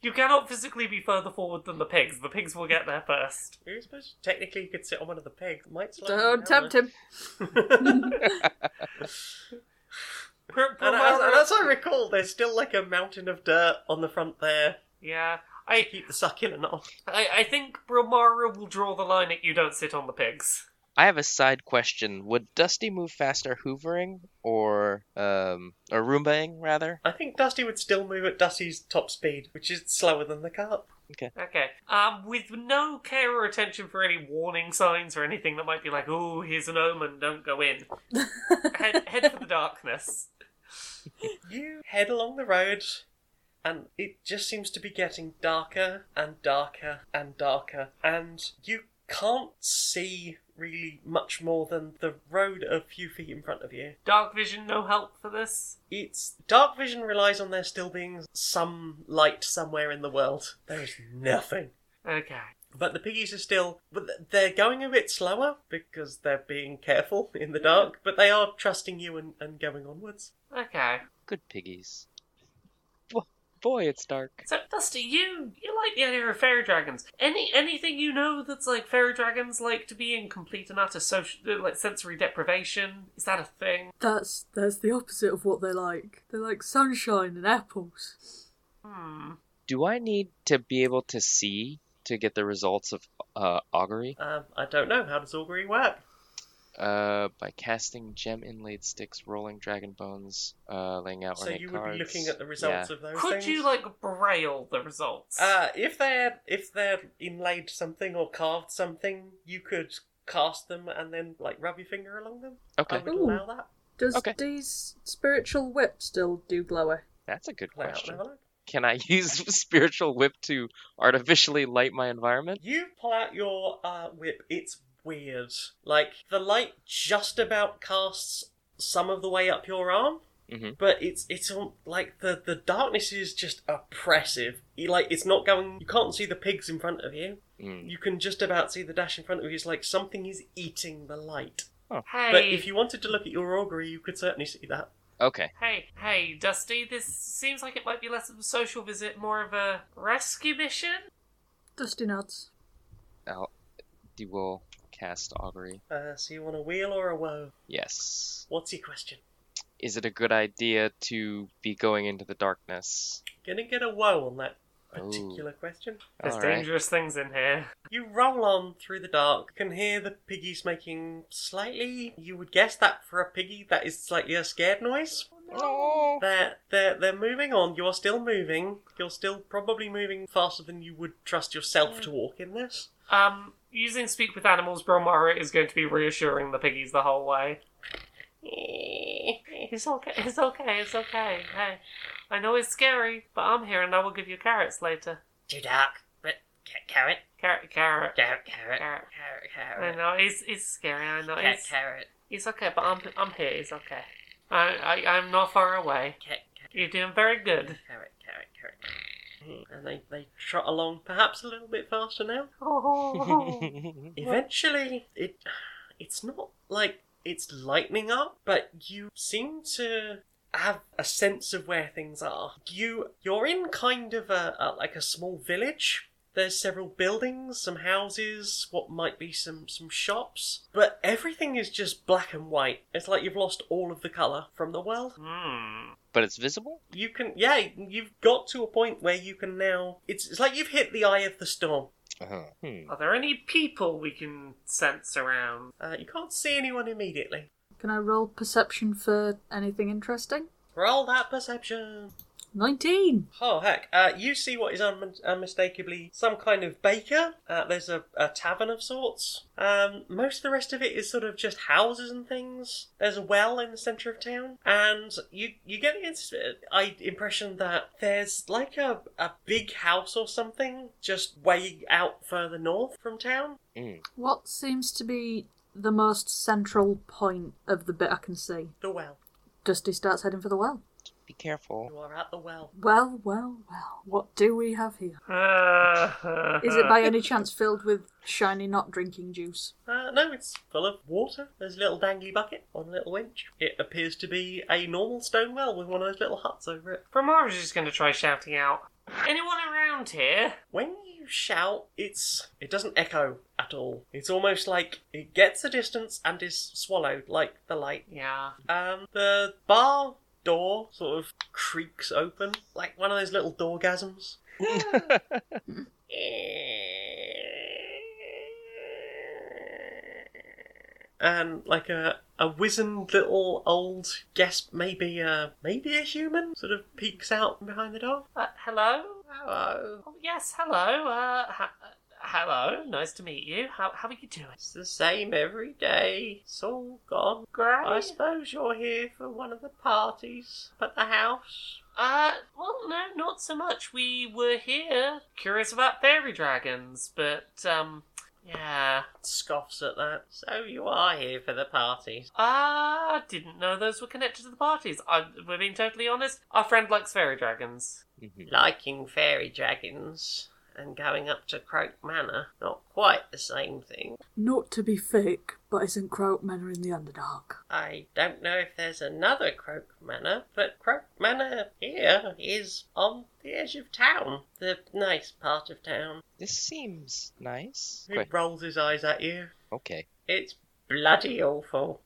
Speaker 2: You cannot physically be further forward than the pigs. The pigs will get there first.
Speaker 3: You suppose technically you could sit on one of the pigs. Might slow
Speaker 5: Don't
Speaker 3: you down,
Speaker 5: tempt
Speaker 3: though.
Speaker 5: him.
Speaker 2: Br-
Speaker 3: <laughs> And
Speaker 2: Bromara-
Speaker 3: as, and as I recall, there's still like a mountain of dirt on the front there.
Speaker 2: yeah, I,
Speaker 3: Keep the succulent off.
Speaker 2: I I think Bromara will draw the line at you don't sit on the pigs.
Speaker 4: I have a side question. Would Dusty move faster hoovering or um or Roombaing rather?
Speaker 3: I think Dusty would still move at Dusty's top speed, which is slower than the cart.
Speaker 2: Okay. Um, with no care or attention for any warning signs or anything that might be like, oh, here's an omen, don't go in. head, head for the darkness.
Speaker 3: You head along the road, and it just seems to be getting darker and darker and darker, and you can't see really much more than the road a few feet in front of you.
Speaker 2: Dark vision, no help for this.
Speaker 3: It's dark vision relies on there still being some light somewhere in the world. There is nothing.
Speaker 2: Okay.
Speaker 3: But the piggies are still. But th- they're going a bit slower because they're being careful <laughs> in the dark, but they are trusting you and, and going onwards.
Speaker 2: Okay.
Speaker 4: Good piggies. Bo- Boy, it's dark.
Speaker 2: So Dusty, you you like the idea of fairy dragons. Any anything you know that's like fairy dragons like to be in complete and utter social uh, like sensory deprivation? Is that a thing?
Speaker 5: That's that's the opposite of what they like. They like sunshine and apples.
Speaker 2: Hmm.
Speaker 4: Do I need to be able to see to get the results of uh, augury?
Speaker 3: Um, I don't know. How does augury work?
Speaker 4: Uh, by casting gem inlaid sticks, rolling dragon bones, uh, laying out
Speaker 3: So
Speaker 4: ornate
Speaker 3: you would
Speaker 4: cards.
Speaker 3: be looking at the results
Speaker 4: Yeah.
Speaker 3: of those
Speaker 2: Could
Speaker 3: things.
Speaker 2: you like braille the results?
Speaker 3: Uh, if they're if they're inlaid something or carved something, you could cast them and then like rub your finger along them. I
Speaker 4: Okay,
Speaker 3: would
Speaker 5: Ooh.
Speaker 3: allow that.
Speaker 5: Does
Speaker 4: Okay.
Speaker 5: these spiritual whip still do blower?
Speaker 4: that's a good
Speaker 3: Allow it,
Speaker 4: question.
Speaker 3: allow it.
Speaker 4: Can I <laughs> use spiritual whip to artificially light my environment?
Speaker 3: You pull out your uh, whip. It's weird. Like the light just about casts some of the way up your arm,
Speaker 4: Mhm.
Speaker 3: but it's it's all, like the the darkness is just oppressive. You, like it's not going. You can't see the pigs in front of you.
Speaker 4: Mm.
Speaker 3: You can just about see the dash in front of you. It's like something is eating the light.
Speaker 2: hey,
Speaker 3: But if you wanted to look at your augury, you could certainly see that.
Speaker 4: Okay.
Speaker 2: hey, hey, Dusty, this seems like it might be less of a social visit, more of a rescue mission.
Speaker 5: Dusty nods.
Speaker 4: I'll, you will cast augury.
Speaker 3: Uh, so you want a wheel or a woe?
Speaker 4: Yes.
Speaker 3: What's your question?
Speaker 4: Is it a good idea to be going into
Speaker 3: <laughs>
Speaker 4: the darkness?
Speaker 3: Gonna get a woe on that
Speaker 4: Ooh.
Speaker 3: particular question.
Speaker 2: There's
Speaker 4: All right.
Speaker 2: dangerous things in here.
Speaker 3: You roll on through the dark, can hear the piggies making slightly, you would guess that for a piggy, that is slightly a scared noise.
Speaker 4: Oh.
Speaker 3: They're, they're, they're moving on, you're still moving, you're still probably moving faster than you would trust yourself to walk in this.
Speaker 2: Um, using speak with animals, Bromara is going to be reassuring the piggies the whole
Speaker 3: <laughs>
Speaker 2: way. It's okay. It's okay. It's okay. Hey, I know it's scary, but I'm here, and I will give you carrots later.
Speaker 3: Too dark, but ca- carrot,
Speaker 2: Carrot, carrot,
Speaker 3: carrot, carrot,
Speaker 2: carrot.
Speaker 3: carrot,
Speaker 2: I know it's it's scary. I know
Speaker 3: Ca-
Speaker 2: it's
Speaker 3: carrot,
Speaker 2: it's okay, but I'm I'm here. It's okay. I, I I'm not far away.
Speaker 3: ca- carrot.
Speaker 2: You're doing very
Speaker 5: <laughs>
Speaker 2: good.
Speaker 3: Carrot, carrot, carrot. And they, they trot along perhaps a little bit faster now.
Speaker 2: Oh,
Speaker 3: Eventually, it it's not like it's lightening up, but you seem to have a sense of where things are. You you're in kind of a, a like a small village. There's several buildings, some houses, what might be some some shops, but everything is just black and white. It's like you've lost all of the color from the world.
Speaker 2: Hmm.
Speaker 4: But it's visible?
Speaker 3: you can yeah you've got to a point where you can now it's, it's like you've hit the eye of the storm
Speaker 4: Uh-huh. Hmm.
Speaker 2: Are there any people we can sense
Speaker 5: <laughs>
Speaker 2: around?
Speaker 3: uh, you can't see anyone immediately
Speaker 5: Can I roll perception for anything interesting?
Speaker 3: roll that perception
Speaker 5: Nineteen.
Speaker 3: oh heck uh, you see what is un- unmistakably some kind of baker uh, there's a, a tavern of sorts um, most of the rest of it is sort of just houses and things there's a well in the centre of town and you you get the ins- I, impression that there's like a, a big house or something just way out further north from town
Speaker 5: What seems to be the most central point of the bit I can see?
Speaker 3: the well
Speaker 5: Dusty starts heading for the well.
Speaker 4: Be careful.
Speaker 3: <laughs> You are at the well.
Speaker 5: Well, well, well. What do we have here?
Speaker 2: Is Uh,
Speaker 5: Is
Speaker 2: <laughs>
Speaker 5: it by any chance filled with shiny not drinking juice?
Speaker 3: Uh, no, it's full of water. There's a little dangly bucket on a little winch. It appears to be a normal stone well with one of those little huts over it.
Speaker 2: Bramara's just going to try shouting out, anyone around here?
Speaker 3: When you shout, it's it doesn't echo at all. It's almost like it gets a distance and is swallowed like the light.
Speaker 2: Yeah.
Speaker 3: Um, the bar door sort of creaks open like one of those little doorgasms.
Speaker 4: Mm-hmm.
Speaker 3: and like a a wizened little old guess maybe a maybe a human sort of peeks out from behind the door.
Speaker 2: Uh, hello? Hello. Oh, yes, hello. Uh, ha- uh, hello. Nice to meet you. How, how are you doing?
Speaker 3: It's the same every day. It's all gone.
Speaker 2: Great.
Speaker 3: I suppose you're here for one of the parties at the house.
Speaker 2: Uh, well, no, not so much. We were here curious about fairy dragons, but, um, yeah.
Speaker 3: Scoffs at that. So you are here for the parties.
Speaker 2: Ah, didn't know those were connected to the parties. I, we're being totally honest. Our friend likes fairy dragons.
Speaker 4: Mhm.
Speaker 3: Liking fairy dragons and going up to Croke Manor, not quite the same thing.
Speaker 5: Not to be fake, but isn't Croak Manor in the Underdark?
Speaker 3: I don't know if there's another Croak Manor, but Croak Manor here is on the edge of town, the nice part of town.
Speaker 4: This seems nice.
Speaker 3: He
Speaker 4: Quick.
Speaker 3: rolls his eyes at you.
Speaker 4: Okay.
Speaker 3: It's bloody awful.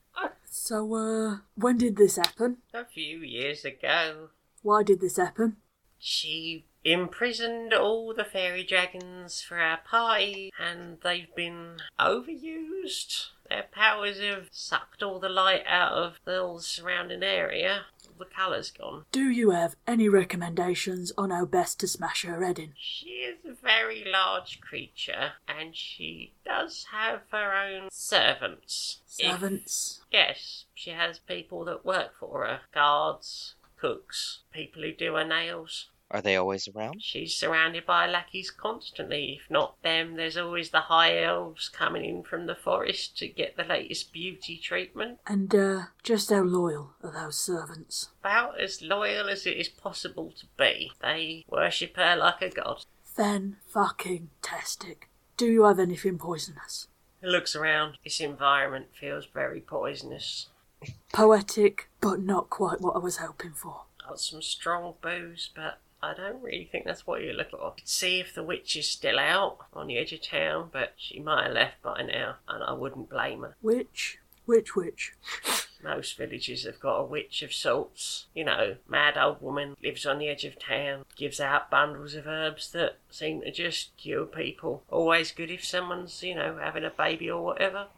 Speaker 5: So, uh, when did this happen?
Speaker 3: A few years ago,
Speaker 5: Why did this happen?
Speaker 3: she imprisoned all the fairy dragons for our party, and they've been overused. Their powers have sucked all the light out of the whole surrounding area. The colour's gone.
Speaker 5: Do you have any recommendations on how best to smash her head in?
Speaker 3: She is a very large creature, and she does have her own servants. If-
Speaker 5: Servants.
Speaker 3: yes, she has people that work for her guards, cooks, people who do her nails.
Speaker 4: Are they always around?
Speaker 3: She's surrounded by lackeys constantly. If not them, there's always the high elves coming in from the forest to get the latest beauty treatment.
Speaker 5: And, uh, just how loyal are those servants?
Speaker 3: About as loyal as it is possible to be. They worship her like a god.
Speaker 5: Fan fucking tastic. Do you have anything poisonous?
Speaker 3: He looks around. This environment feels very poisonous.
Speaker 5: Poetic, but not quite what I was hoping for.
Speaker 3: got some strong booze, but I don't really think that's what you're looking for. See if the witch is still out on the edge of town, but she might have left by now, and I wouldn't blame her.
Speaker 5: Which, which, which?
Speaker 3: Most villages have got a witch of sorts. You know, mad old woman lives on the edge of town, gives out bundles of herbs that seem to just cure people. Always good if someone's, you know, having a baby or whatever.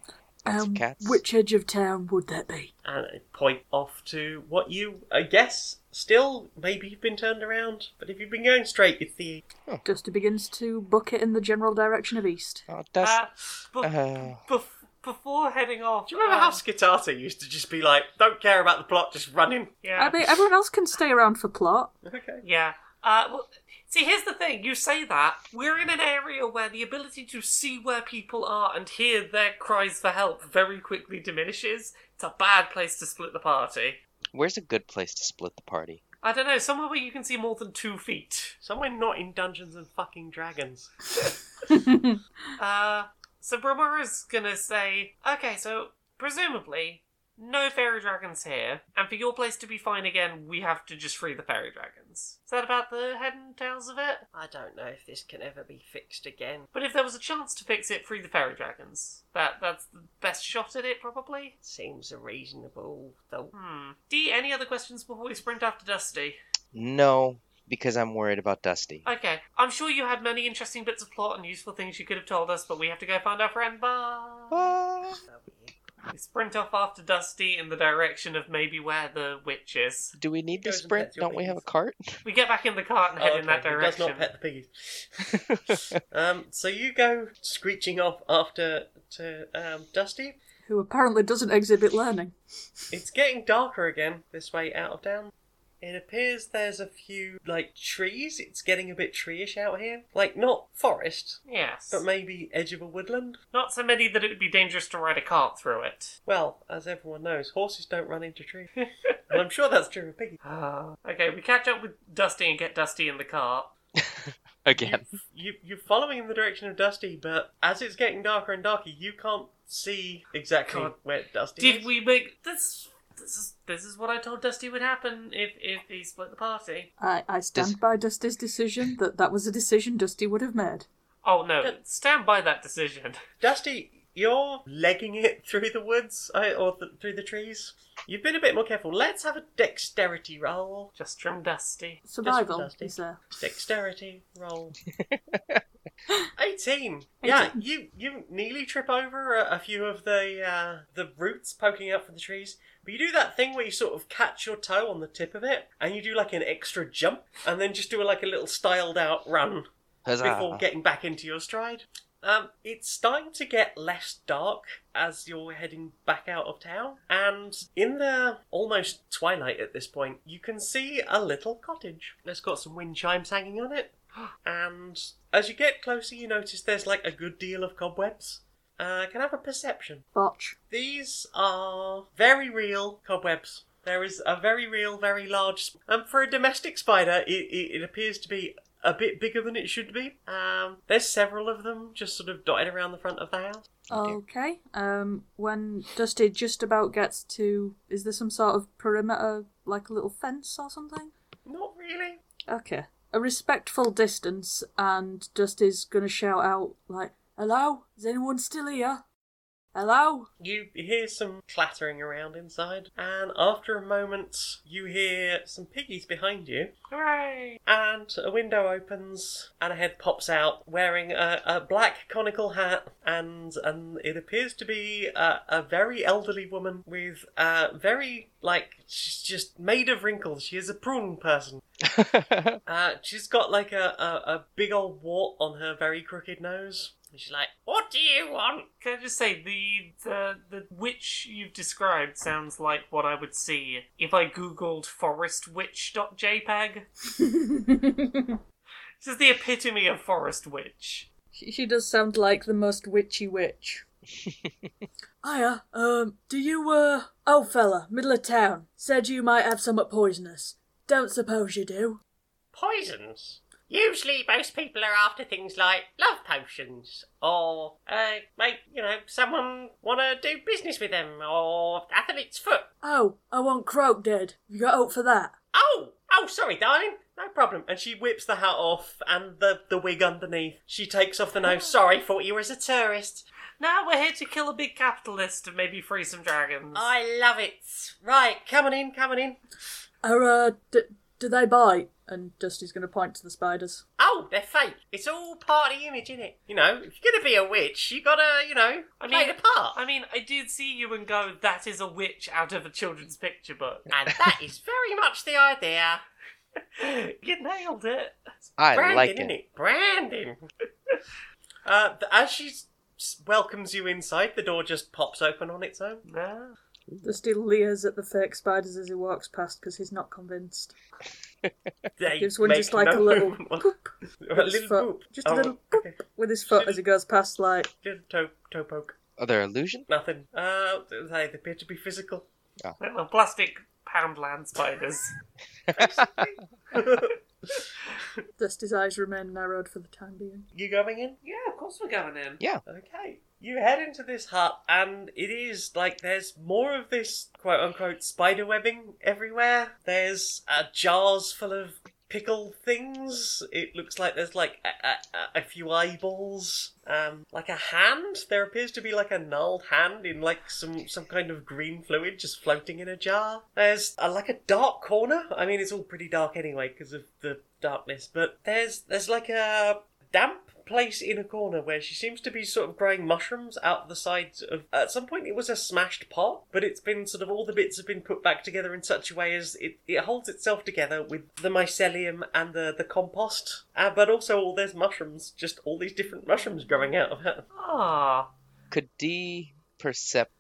Speaker 4: Lots of cats.
Speaker 5: Um, which edge of town would that be?
Speaker 3: and I point off to what you, I guess, still maybe you've been turned around, but if you've been going straight, it's the
Speaker 5: Dusty begins to book it in the general direction of east.
Speaker 4: Oh, that's.
Speaker 2: Uh, bef-
Speaker 4: uh,
Speaker 2: bef- before heading off.
Speaker 3: Do you remember how
Speaker 2: um,
Speaker 3: Skitata used to just be like, don't care about the plot, just run in? <laughs>
Speaker 2: Yeah.
Speaker 5: I mean, everyone else can stay around for plot.
Speaker 3: Okay.
Speaker 2: Yeah. Uh, well, see, here's the thing. You say that we're in an area where the ability to see where people are and hear their cries for help very quickly diminishes. It's a bad place to split the party.
Speaker 4: Where's a good place to split the party?
Speaker 2: I don't know, somewhere where you can see more than two feet.
Speaker 3: Somewhere not in Dungeons and fucking Dragons.
Speaker 2: Uh, so Bromora's gonna say, okay, so presumably no fairy dragons here, and for your place to be fine again, we have to just free the fairy dragons. Is that about the head and tails of it?
Speaker 3: I don't know if this can ever be fixed again.
Speaker 2: But if there was a chance to fix it, free the fairy dragons. That that's the best shot at it, probably.
Speaker 3: Seems a reasonable thought.
Speaker 2: Hmm. D. Any other questions before we sprint after Dusty?
Speaker 4: No, because I'm worried about Dusty.
Speaker 2: Okay. I'm sure you had many interesting bits of plot and useful things you could have told us, but we have to go find our friend. Bye.
Speaker 4: Ah.
Speaker 3: Oh,
Speaker 2: We sprint off after Dusty in the direction of maybe where the witch is.
Speaker 4: Do we need to
Speaker 3: Goes and
Speaker 4: sprint?
Speaker 3: pets your
Speaker 4: Don't we have a
Speaker 3: babies.
Speaker 4: cart?
Speaker 2: We get back in the cart and head in that
Speaker 3: He Oh, does
Speaker 2: direction.
Speaker 3: not pet the piggies. um, so you go screeching off after to um, Dusty.
Speaker 5: Who apparently doesn't exhibit learning.
Speaker 3: It's getting darker again this way out of town. It appears there's a few like trees. It's getting a bit treeish out here, like not forest,
Speaker 2: Yes.
Speaker 3: but maybe edge of a woodland.
Speaker 2: not so many that it would be dangerous to ride a cart through
Speaker 3: <laughs>
Speaker 2: it.
Speaker 3: Well, as everyone knows, horses don't run into trees. and I'm sure that's true of piggies.
Speaker 2: Ah. okay, we catch up with Dusty and get Dusty in the cart.
Speaker 4: <laughs> Again.
Speaker 3: You, you, you're following in the direction of Dusty, but as it's getting darker and darker, you can't see exactly
Speaker 2: God.
Speaker 3: where Dusty
Speaker 2: Did
Speaker 3: is.
Speaker 2: we make this? This is this is what I told Dusty would happen if if he split the party.
Speaker 5: I, I stand
Speaker 4: Does-
Speaker 5: by Dusty's decision that that was a decision Dusty would have made.
Speaker 2: Oh no!
Speaker 3: But-
Speaker 2: Stand by that decision. <laughs>
Speaker 3: Dusty, you're legging it through the woods I, or th- through the trees. You've been a bit more careful. Let's have a dexterity roll.
Speaker 2: Just from Dusty.
Speaker 5: Survival
Speaker 3: Dusty.
Speaker 5: is there.
Speaker 3: Dexterity roll. Eighteen. Yeah, you you nearly trip over a, a few of the uh, the roots poking out from the trees, but you do that thing where you sort of catch your toe on the tip of it, and you do like an extra jump, and then just do like a little styled out run
Speaker 4: Huzzah.
Speaker 3: before getting back into your stride. Um, it's starting to get less dark as you're heading back out of town, and in the almost twilight at this point, you can see a little cottage. It's got some wind chimes hanging on it, <gasps> and as you get closer, you notice there's like a good deal of cobwebs. Uh, can I have a perception?
Speaker 1: Botch.
Speaker 3: These are very real cobwebs. There is a very real, very large, and for a domestic spider, it, it, it appears to be a bit bigger than it should be. Um, there's several of them just sort of dotted around the front of the house.
Speaker 1: Okay. Um, when Dusty just about gets to, is there some sort of perimeter, like a little fence or something?
Speaker 3: Not really.
Speaker 1: Okay. A respectful distance, and Dusty's gonna shout out like, "Hello, is anyone still here? Hello."
Speaker 3: You hear some clattering around inside, and after a moment, you hear some piggies behind you. Hooray! And a window opens, and a head pops out wearing a, a black conical hat, and and it appears to be a, a very elderly woman with a very like she's just made of wrinkles. She is a prune person. Uh, she's got like a, a, a big old wart on her very crooked nose. And she's like, What do you want?
Speaker 2: Can I just say the, the the witch you've described sounds like what I would see if I googled forestwitch.jpg. this is the epitome of forest witch.
Speaker 1: She, she does sound like the most witchy witch. Hiya. Um, do you, uh, old fella, middle of town, said you might have somewhat poisonous. Don't suppose you do.
Speaker 3: Poisons. Usually, most people are after things like love potions, or uh, make you know someone want to do business with them, or athlete's foot.
Speaker 1: Oh, I want Croak dead. You got hope for that?
Speaker 3: Oh, oh, sorry, darling. No problem. And she whips the hat off and the, the wig underneath. She takes off the nose. Sorry, thought you was a tourist.
Speaker 2: Now we're here to kill a big capitalist and maybe free some dragons.
Speaker 3: I love it. Right, coming in, coming in.
Speaker 1: Or, uh, d- do they bite? And Dusty's gonna point to the spiders.
Speaker 3: Oh, they're fake. It's all part of the image, innit? You know, if you're gonna be a witch, you gotta, you know,
Speaker 2: I
Speaker 3: play
Speaker 2: mean-
Speaker 3: the part.
Speaker 2: I mean, I did see you and go, that is a witch out of a children's picture
Speaker 3: <laughs>
Speaker 2: book.
Speaker 3: and that is very much the idea.
Speaker 2: you nailed it.
Speaker 4: <laughs> I
Speaker 3: Brandon,
Speaker 4: like
Speaker 3: isn't
Speaker 4: it.
Speaker 3: it? Brandon. uh, th- as she s- welcomes you inside, the door just pops open on its own.
Speaker 2: No.
Speaker 1: Dusty leers at the fake spiders as he walks past because he's not convinced.
Speaker 3: They
Speaker 1: Gives one
Speaker 3: make
Speaker 1: just like a
Speaker 3: no <laughs>
Speaker 1: little
Speaker 3: movement.
Speaker 1: poop,
Speaker 3: a
Speaker 1: with his
Speaker 3: little
Speaker 1: foot.
Speaker 3: poop.
Speaker 1: Just a
Speaker 3: Oh,
Speaker 1: little
Speaker 3: okay.
Speaker 1: poop with his foot as he goes past, like,
Speaker 3: Little toe, toe poke.
Speaker 4: Are there illusions?
Speaker 3: Nothing. Uh, they appear to be
Speaker 1: <laughs>
Speaker 3: physical.
Speaker 2: Little plastic poundland spiders.
Speaker 1: Dusty's eyes remain narrowed for the time being.
Speaker 3: <laughs> You going in?
Speaker 2: yeah, of course we're going in.
Speaker 4: Yeah.
Speaker 3: Okay. You head into this hut, and it is like there's more of this quote unquote spider webbing everywhere. There's uh, jars full of pickle things. It looks like there's like a, a- a, a few eyeballs, um, like a hand. There appears to be like a gnarled hand in like some some kind of green fluid just floating in a jar. There's uh like a dark corner. I mean, it's all pretty dark anyway because of the darkness. But there's there's like a damp place in a corner where she seems to be sort of growing mushrooms out the sides of at some point it was a smashed pot but it's been sort of all the bits have been put back together in such a way as it, it holds itself together with the mycelium and the the compost uh, but also all there's mushrooms just all these different mushrooms growing out of it
Speaker 2: Ah.
Speaker 4: Could D percept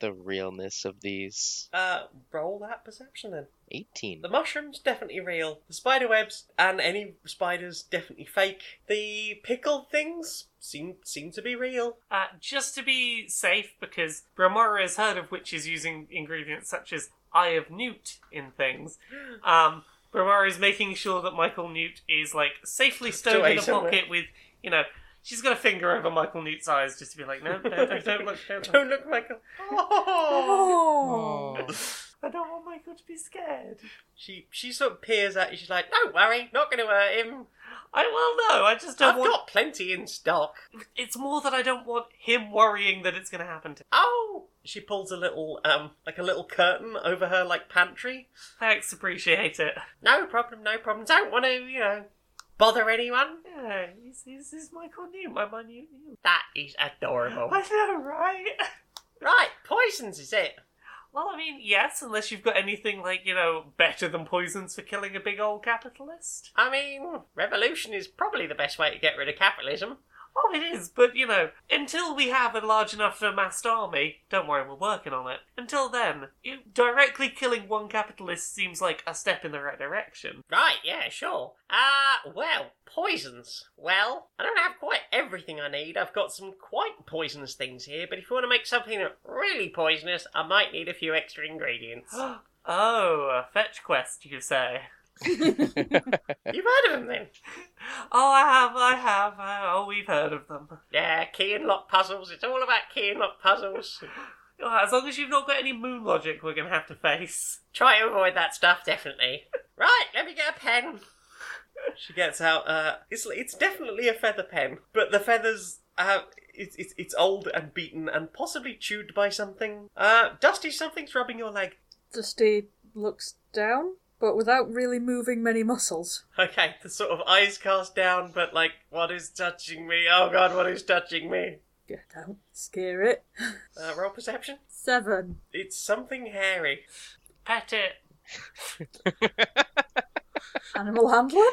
Speaker 4: the realness of these?
Speaker 3: uh roll that perception then
Speaker 4: 18.
Speaker 3: The mushrooms definitely real. The spider webs and any spiders definitely fake. The pickled things seem seem to be real.
Speaker 2: Uh, just to be safe, because Bramara has heard of witches using ingredients such as Eye of Newt in
Speaker 3: <gasps>
Speaker 2: things, um, Bramara is making sure that Michael Newt is like safely stowed in
Speaker 3: away
Speaker 2: a
Speaker 3: somewhere.
Speaker 2: pocket with, you know, she's got a finger over Michael Newt's eyes just to be like, no, no, don't, don't look, don't
Speaker 3: <laughs>
Speaker 2: look.
Speaker 3: Don't look like a. Oh!
Speaker 1: Oh!
Speaker 2: I don't want Michael to be scared.
Speaker 3: She she sort of peers at you. She's like, "Don't worry, not going to hurt him.
Speaker 2: I will know. I just don't
Speaker 3: I've
Speaker 2: want.
Speaker 3: got plenty in stock."
Speaker 2: It's more that I don't want him worrying that it's going to happen to. him.
Speaker 3: Oh! She pulls a little um like a little curtain over her like pantry.
Speaker 2: Thanks, appreciate it.
Speaker 3: No problem, no problem. Don't want to you know
Speaker 9: bother anyone.
Speaker 2: Yeah, this, this is my cool name. I'm my new name.
Speaker 9: That is adorable.
Speaker 2: I know, right? <laughs>
Speaker 9: right, poisons is it?
Speaker 2: Well, I mean, yes, unless you've got anything like, you know, better than poisons for killing a big old capitalist.
Speaker 9: I mean, revolution is probably the best way to get rid of capitalism.
Speaker 2: Oh, it is, but you know, until we have a large enough amassed army, don't worry, we're working on it. Until then, you, directly killing one capitalist seems like a step in the right direction. <gasps>
Speaker 9: Right, yeah, sure. Uh, well, poisons. Well, I don't have quite everything I need. I've got some quite poisonous things here, but if you want to make something really poisonous, I might need a few extra
Speaker 2: <gasps>
Speaker 9: ingredients.
Speaker 2: oh, a fetch quest, you say? <laughs>
Speaker 9: You've heard of them then?
Speaker 2: Oh, I have, I have. I- Oh, we've heard of them.
Speaker 9: Yeah, key and lock puzzles. It's all about key and lock puzzles.
Speaker 2: Oh, As long as you've not got any moon logic, we're going to have to face.
Speaker 9: Try to avoid that stuff,
Speaker 3: <laughs>
Speaker 9: definitely. Right, let me get a pen. She gets out. Uh,
Speaker 3: It's it's definitely a feather pen, but the feathers uh it's it's it's old and beaten and possibly chewed by something. Uh, Dusty, something's rubbing your leg.
Speaker 5: Dusty looks down, but without really moving many muscles.
Speaker 3: Okay, the sort of eyes cast down, but like, what is touching me? Oh God, what is touching me?
Speaker 5: Get down. Scare it.
Speaker 3: Uh, roll perception.
Speaker 5: Seven.
Speaker 3: It's something hairy.
Speaker 2: Pet it.
Speaker 5: Animal handling?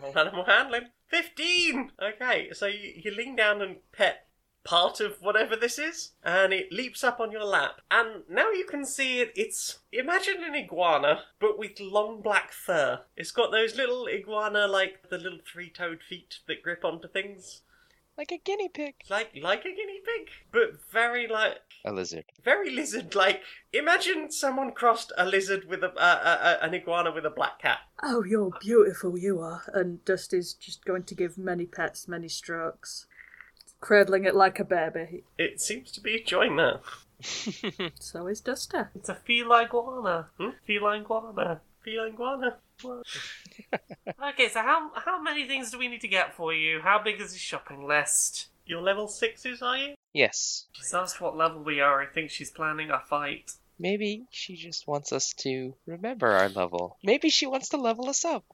Speaker 3: Roll animal handling. 15! Okay, so you, you lean down and pet part of whatever this is, and it leaps up on your lap. And now you can see it. It's. Imagine an iguana, but with long black fur. It's got those little iguana, like the little three toed feet that grip onto things.
Speaker 4: <laughs> Like a guinea pig.
Speaker 3: Like, like a guinea pig, but very like
Speaker 4: A lizard. <laughs>
Speaker 3: very lizard like. Imagine someone crossed a lizard with a, a, a, a an iguana with a black cat.
Speaker 5: Oh, you're beautiful, you are. And Dusty's just going to give many pets many strokes, cradling it like a baby.
Speaker 3: It seems to be enjoying that.
Speaker 5: So is Dusty.
Speaker 2: It's a feline guana. Feline guana.
Speaker 3: Feline iguana.
Speaker 2: Okay, so how how many things do we need to get for you? How big is your shopping list?
Speaker 3: You're level sixes, are you?
Speaker 4: Yes.
Speaker 2: She's asked what level we are. I think she's planning a fight.
Speaker 4: Maybe she just wants us to remember our level. Maybe she wants to level us up.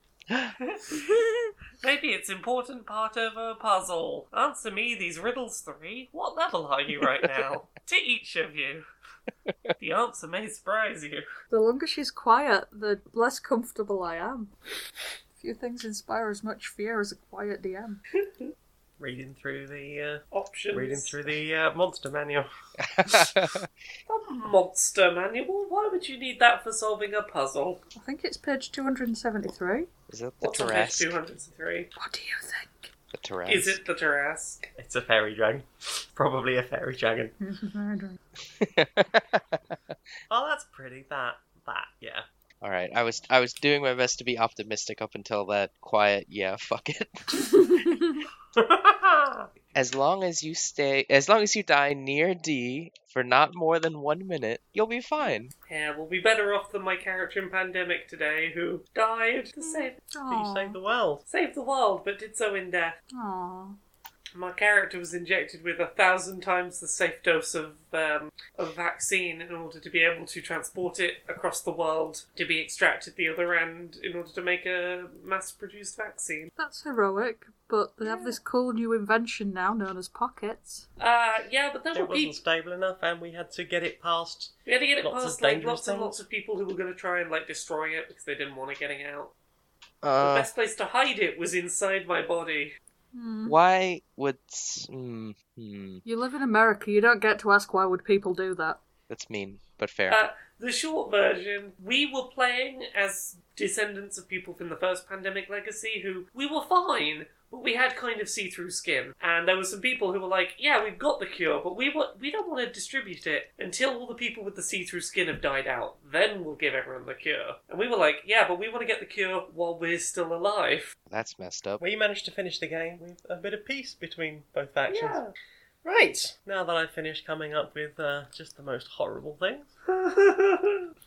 Speaker 2: Maybe it's important part of a puzzle. Answer me these riddles three. What level are you <laughs> right now? to each of you. The answer may surprise you.
Speaker 5: The longer she's quiet, the less comfortable I am. Few things inspire as much fear as a quiet DM.
Speaker 3: Reading through the uh,
Speaker 9: options.
Speaker 3: reading through the uh, monster manual.
Speaker 2: A monster manual? Why would you need that for solving a puzzle?
Speaker 5: I think it's page 273.
Speaker 4: Is that the
Speaker 2: What's on page
Speaker 4: Tarrasque?
Speaker 2: 203?
Speaker 5: What do you think?
Speaker 4: The Tarrasque.
Speaker 2: Is it the Tarrasque?
Speaker 3: <laughs> It's a fairy dragon, <laughs> probably a fairy dragon. Oh, that's pretty. That that yeah.
Speaker 4: <laughs>
Speaker 3: <laughs>
Speaker 4: All right, I was I was doing my best to be optimistic up until that quiet. Yeah, <laughs> fuck it. As long as you stay, as long as you die near D for not more than one minute, you'll be fine.
Speaker 2: Yeah, we'll be better off than my character in Pandemic today, who died to save
Speaker 3: You saved the world.
Speaker 2: save the world, but did so in death.
Speaker 5: Aww.
Speaker 2: My character was injected with a thousand times the safe dose of um, of vaccine in order to be able to transport it across the world to be extracted the other end in order to make a mass-produced vaccine.
Speaker 5: That's heroic, but they have this cool new invention now known as pockets.
Speaker 2: Uh, yeah, but there
Speaker 3: It
Speaker 2: were people.
Speaker 3: wasn't stable enough, and we had to get it past.
Speaker 2: We had to get it
Speaker 3: Lots of
Speaker 2: past like
Speaker 3: dangerous
Speaker 2: lots and
Speaker 3: things.
Speaker 2: lots of people who were going to try and like destroy it because they didn't want it getting out. the
Speaker 4: Uh,
Speaker 2: best place to hide it was inside my body.
Speaker 4: why would? s- Hmm, hmm,
Speaker 5: Hmm. You live in America, you don't get to ask why would people do that.
Speaker 4: that's mean, but fair.
Speaker 2: Uh, the short version, we were playing as descendants of people from the first pandemic legacy who we were fine, but we had kind of see-through skin. And there were some people who were like, "Yeah, we've got the cure, but we want we don't want to distribute it until all the people with the see-through skin have died out. Then we'll give everyone the cure." And we were like, "Yeah, but we want to get the cure while we're still alive."
Speaker 4: that's messed up.
Speaker 3: We managed to finish the game with a bit of peace between both factions.
Speaker 2: Yeah. <laughs>
Speaker 3: Right. Now that I've finished coming up with uh, just the most horrible things,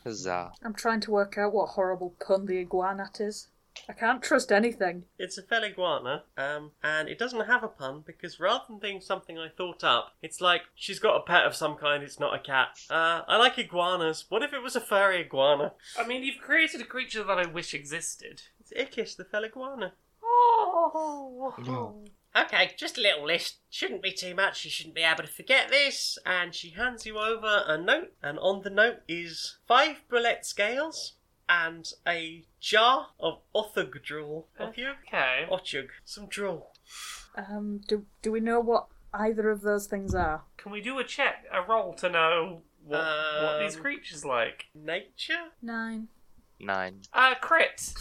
Speaker 4: Huzzah!
Speaker 5: I'm trying to work out what horrible pun the iguana is. I can't trust anything.
Speaker 3: It's a fell iguana, um, and it doesn't have a pun because rather than being something I thought up, it's like she's got a pet of some kind. It's not a cat. Uh, I like iguanas. What if it was a furry iguana?
Speaker 2: I mean, you've created a creature that I wish existed.
Speaker 3: It's Ickis, the fell iguana.
Speaker 2: Oh,
Speaker 4: No.
Speaker 3: Okay, just a little list. Shouldn't be too much. You shouldn't be able to forget this. And she hands you over a note, and on the note is five bullet scales and a jar of othug drool. Of you?
Speaker 2: Okay.
Speaker 3: Othug. Some drool.
Speaker 1: Um, do, do we know what either of those things are?
Speaker 2: Can we do a check, a roll to know what, what these
Speaker 3: Um,
Speaker 2: creatures like?
Speaker 3: Nature?
Speaker 1: Nine.
Speaker 4: Nine.
Speaker 2: Uh, crit.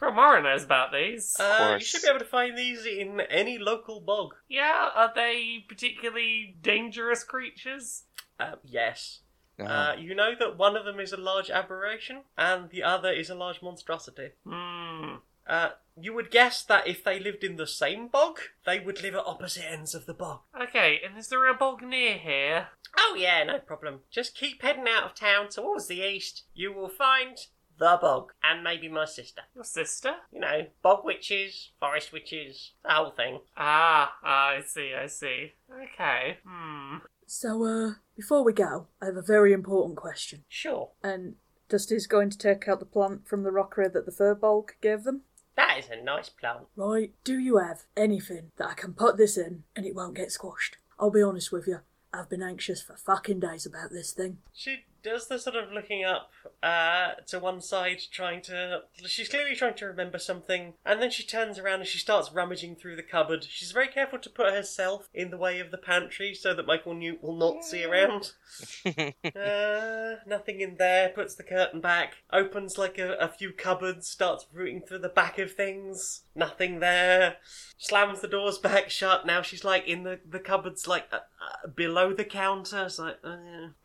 Speaker 2: Gromara knows about these.
Speaker 3: Uh, you
Speaker 4: course.
Speaker 3: should be able to find these in any local bog.
Speaker 2: yeah, are they particularly dangerous creatures?
Speaker 3: Uh, yes.
Speaker 4: Uh,
Speaker 3: Uh, you know that one of them is a large aberration and the other is a large monstrosity.
Speaker 2: Hmm.
Speaker 3: Uh, you would guess that if they lived in the same bog, they would live at opposite ends of the bog.
Speaker 2: Okay, and is there a bog near here?
Speaker 3: Oh, yeah, no problem. Just keep heading out of town towards the east. You will find the bog and maybe my sister.
Speaker 2: Your sister?
Speaker 3: You know, bog witches, forest witches, the whole thing.
Speaker 2: Ah, I see, I see. Okay. Hmm.
Speaker 1: So, uh, before we go, I have a very important question.
Speaker 3: Sure.
Speaker 1: And Dusty's going to take out the plant from the rockery that the Furbolg gave them.
Speaker 3: That is a nice plant.
Speaker 1: Right, do you have anything that I can put this in and it won't get squashed? I'll be honest with you, I've been anxious for fucking days about this thing.
Speaker 3: She does the sort of looking up uh, to one side, trying to. She's clearly trying to remember something, and then she turns around and she starts rummaging through the cupboard. She's very careful to put herself in the way of the pantry so that Michael Newt will not see around. uh, nothing in there, puts the curtain back, opens like a, a few cupboards, starts rooting through the back of things. Nothing there. Slams the doors back shut. Now she's like in the, the cupboards, like uh, uh, below the counter. It's like, uh,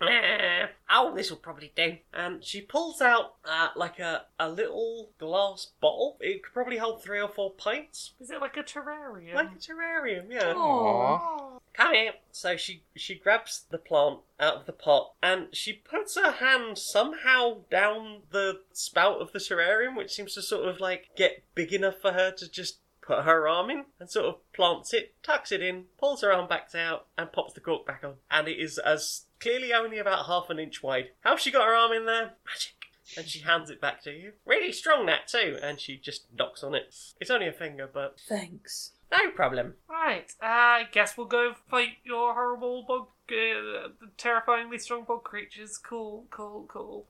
Speaker 3: eh. oh, this will probably do. And she pulls out uh, like a, a little glass bottle. It could probably hold three or four pints.
Speaker 2: Is it like a terrarium?
Speaker 3: Like a terrarium, yeah.
Speaker 4: Aw.
Speaker 3: Come here. So she she grabs the plant out of the pot and she puts her hand somehow down the spout of the terrarium, which seems to sort of like get big enough for her to just put her arm in and sort of plants it, tucks it in, pulls her arm back out, and pops the cork back on. And it is as clearly only about half an inch wide. How she got her arm in there? Magic. And she hands it back to you. Really strong that too. And she just knocks on it. It's only a finger, but
Speaker 1: Thanks.
Speaker 3: no problem.
Speaker 2: Right, uh, I guess we'll go fight your horrible bog, uh, the terrifyingly strong bog creatures. Cool, cool, cool.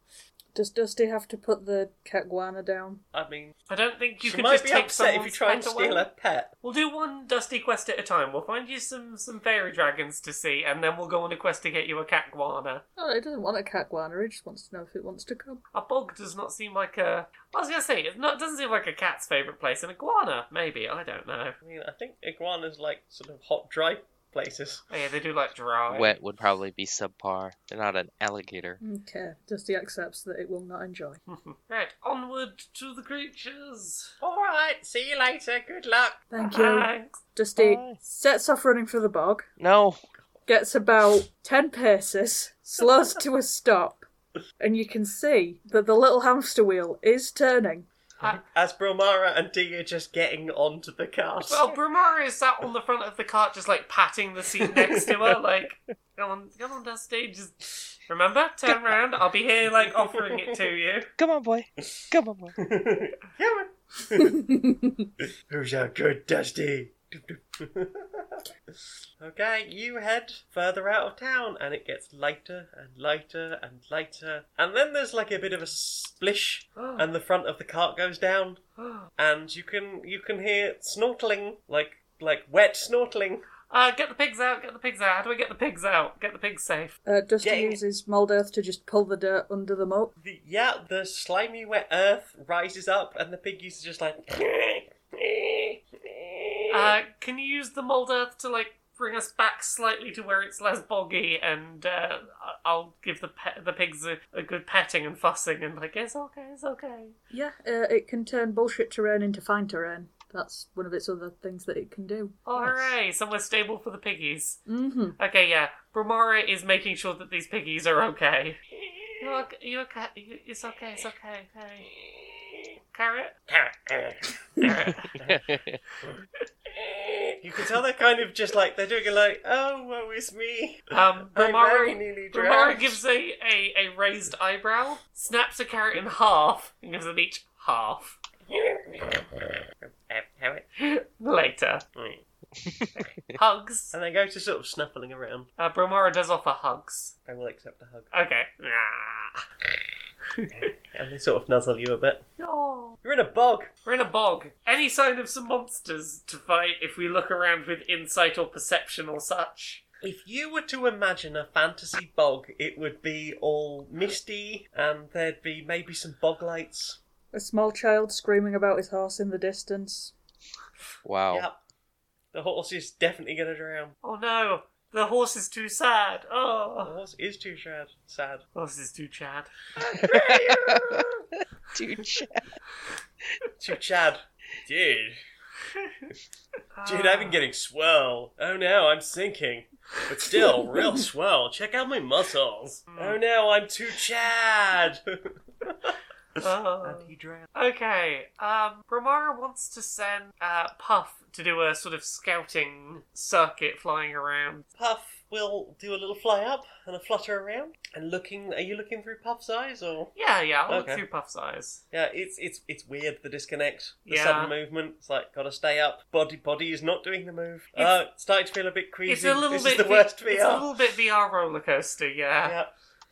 Speaker 1: Does Dusty have to put the catguana down?
Speaker 3: I mean,
Speaker 2: I don't think you
Speaker 3: she
Speaker 2: can
Speaker 3: might
Speaker 2: just
Speaker 3: be
Speaker 2: take
Speaker 3: upset if you
Speaker 2: someone's
Speaker 3: try and
Speaker 2: pet
Speaker 3: steal
Speaker 2: away.
Speaker 3: her pet.
Speaker 2: We'll do one dusty quest at a time. We'll find you some some fairy dragons to see, and then we'll go on a quest to get you a catguana.
Speaker 1: Oh, he doesn't want a catguana, he just wants to know if it wants to come.
Speaker 2: A bog does not seem like a. I was gonna say it not, doesn't seem like a cat's favorite place. An iguana, maybe. I don't know.
Speaker 3: I mean, I think iguanas like sort of hot, dry places.
Speaker 2: Oh yeah, they do like dry.
Speaker 4: Wet would probably be subpar. They're not an alligator.
Speaker 1: Okay, Dusty accepts that it will not enjoy.
Speaker 2: right, onward to the creatures.
Speaker 3: All right, see you later. Good luck.
Speaker 1: Thank you.
Speaker 2: Thanks.
Speaker 1: Dusty
Speaker 4: Bye.
Speaker 1: sets off running for the bog,
Speaker 4: No.
Speaker 1: gets about 10 paces, slows to a stop, and you can see that the little hamster wheel is turning. <laughs>
Speaker 3: As Bromara and Dee are just getting onto the cart.
Speaker 2: Well, Brumara is sat on the front of the cart, just like patting the seat next to her, like, "Come on, come on, Dusty. Just remember, turn round. I'll be here, like offering it to you."
Speaker 4: Come on, boy. Come on, boy.
Speaker 3: <laughs> Yeah, Who's our good Dusty? <laughs> okay, you head further out of town, and it gets lighter and lighter and lighter. And then there's like a bit of a splish, and the front of the cart goes down, and you can you can hear snortling, like like wet snortling.
Speaker 2: Uh, get the pigs out. Get the pigs out. How do we get the pigs out? Get the pigs safe.
Speaker 1: Uh, Dusty
Speaker 3: Dang it.
Speaker 1: uses mold earth to just pull the dirt under the moat.
Speaker 3: The, yeah, the slimy wet earth rises up, and the piggies are just like.
Speaker 2: Uh, can you use the mold earth to like bring us back slightly to where it's less boggy? And uh, I- I'll give the pe- the pigs a, a good petting and fussing and like it's okay, it's okay.
Speaker 1: Yeah, uh, it can turn bullshit terrain into fine terrain. That's one of its other things that it can do.
Speaker 2: Oh hooray! Somewhere stable for the piggies.
Speaker 1: Mm-hmm.
Speaker 2: Okay, yeah. Bromara is making sure that these piggies are okay. You okay? You okay? You- It's okay. It's okay. Okay. Carrot. Carrot.
Speaker 3: You can tell they're kind of just like they're doing it like, oh, woe is me.
Speaker 2: Um,
Speaker 3: I very
Speaker 2: Bromara.
Speaker 3: nearly
Speaker 2: Bromara
Speaker 3: drowned.
Speaker 2: gives a, a a raised eyebrow, snaps a carrot in half, <laughs> and gives them each half. Later. hugs.
Speaker 3: And they go to sort of snuffling around.
Speaker 2: Uh, Bromora does offer hugs.
Speaker 3: I will accept a hug.
Speaker 2: Okay.
Speaker 3: And they sort of nuzzle you a bit.
Speaker 2: <laughs> No.
Speaker 3: You're in a bog.
Speaker 2: We're in a bog. Any sign of some monsters to fight if we look around with insight or perception or such?
Speaker 3: If you were to imagine a fantasy bog, it would be all misty and there'd be maybe some bog lights.
Speaker 5: A small child screaming about his horse in the distance.
Speaker 4: Wow.
Speaker 3: Yep. The horse is definitely going to drown.
Speaker 2: Oh no, the horse is too sad.
Speaker 3: The
Speaker 2: Oh,
Speaker 3: horse is too sad. sad.
Speaker 2: horse is too chad.
Speaker 4: <laughs> Dude, Chad.
Speaker 3: Too Chad. Dude. Dude, I've been getting swell. Oh no, I'm sinking. But still, <laughs> real swell. Check out my muscles. Oh no, I'm too <laughs> Chad.
Speaker 2: Oh.
Speaker 3: he drowned.
Speaker 2: Okay. Um, Romara wants to send uh, Puff to do a sort of scouting circuit, flying around.
Speaker 3: Puff will do a little fly up and a flutter around. And looking, are you looking through Puff's eyes or?
Speaker 2: Yeah, yeah. I'll
Speaker 3: Okay.
Speaker 2: look through Puff's eyes.
Speaker 3: Yeah, it's it's it's weird the disconnect, the
Speaker 2: Yeah.
Speaker 3: sudden movement. It's like gotta stay up. Body body is not doing the move.
Speaker 2: It's-
Speaker 3: uh, it's starting to feel a bit queasy.
Speaker 2: It's a little
Speaker 3: this
Speaker 2: bit.
Speaker 3: is the worst
Speaker 2: It's a
Speaker 3: VR.
Speaker 2: little bit VR roller coaster. Yeah.
Speaker 3: Yeah.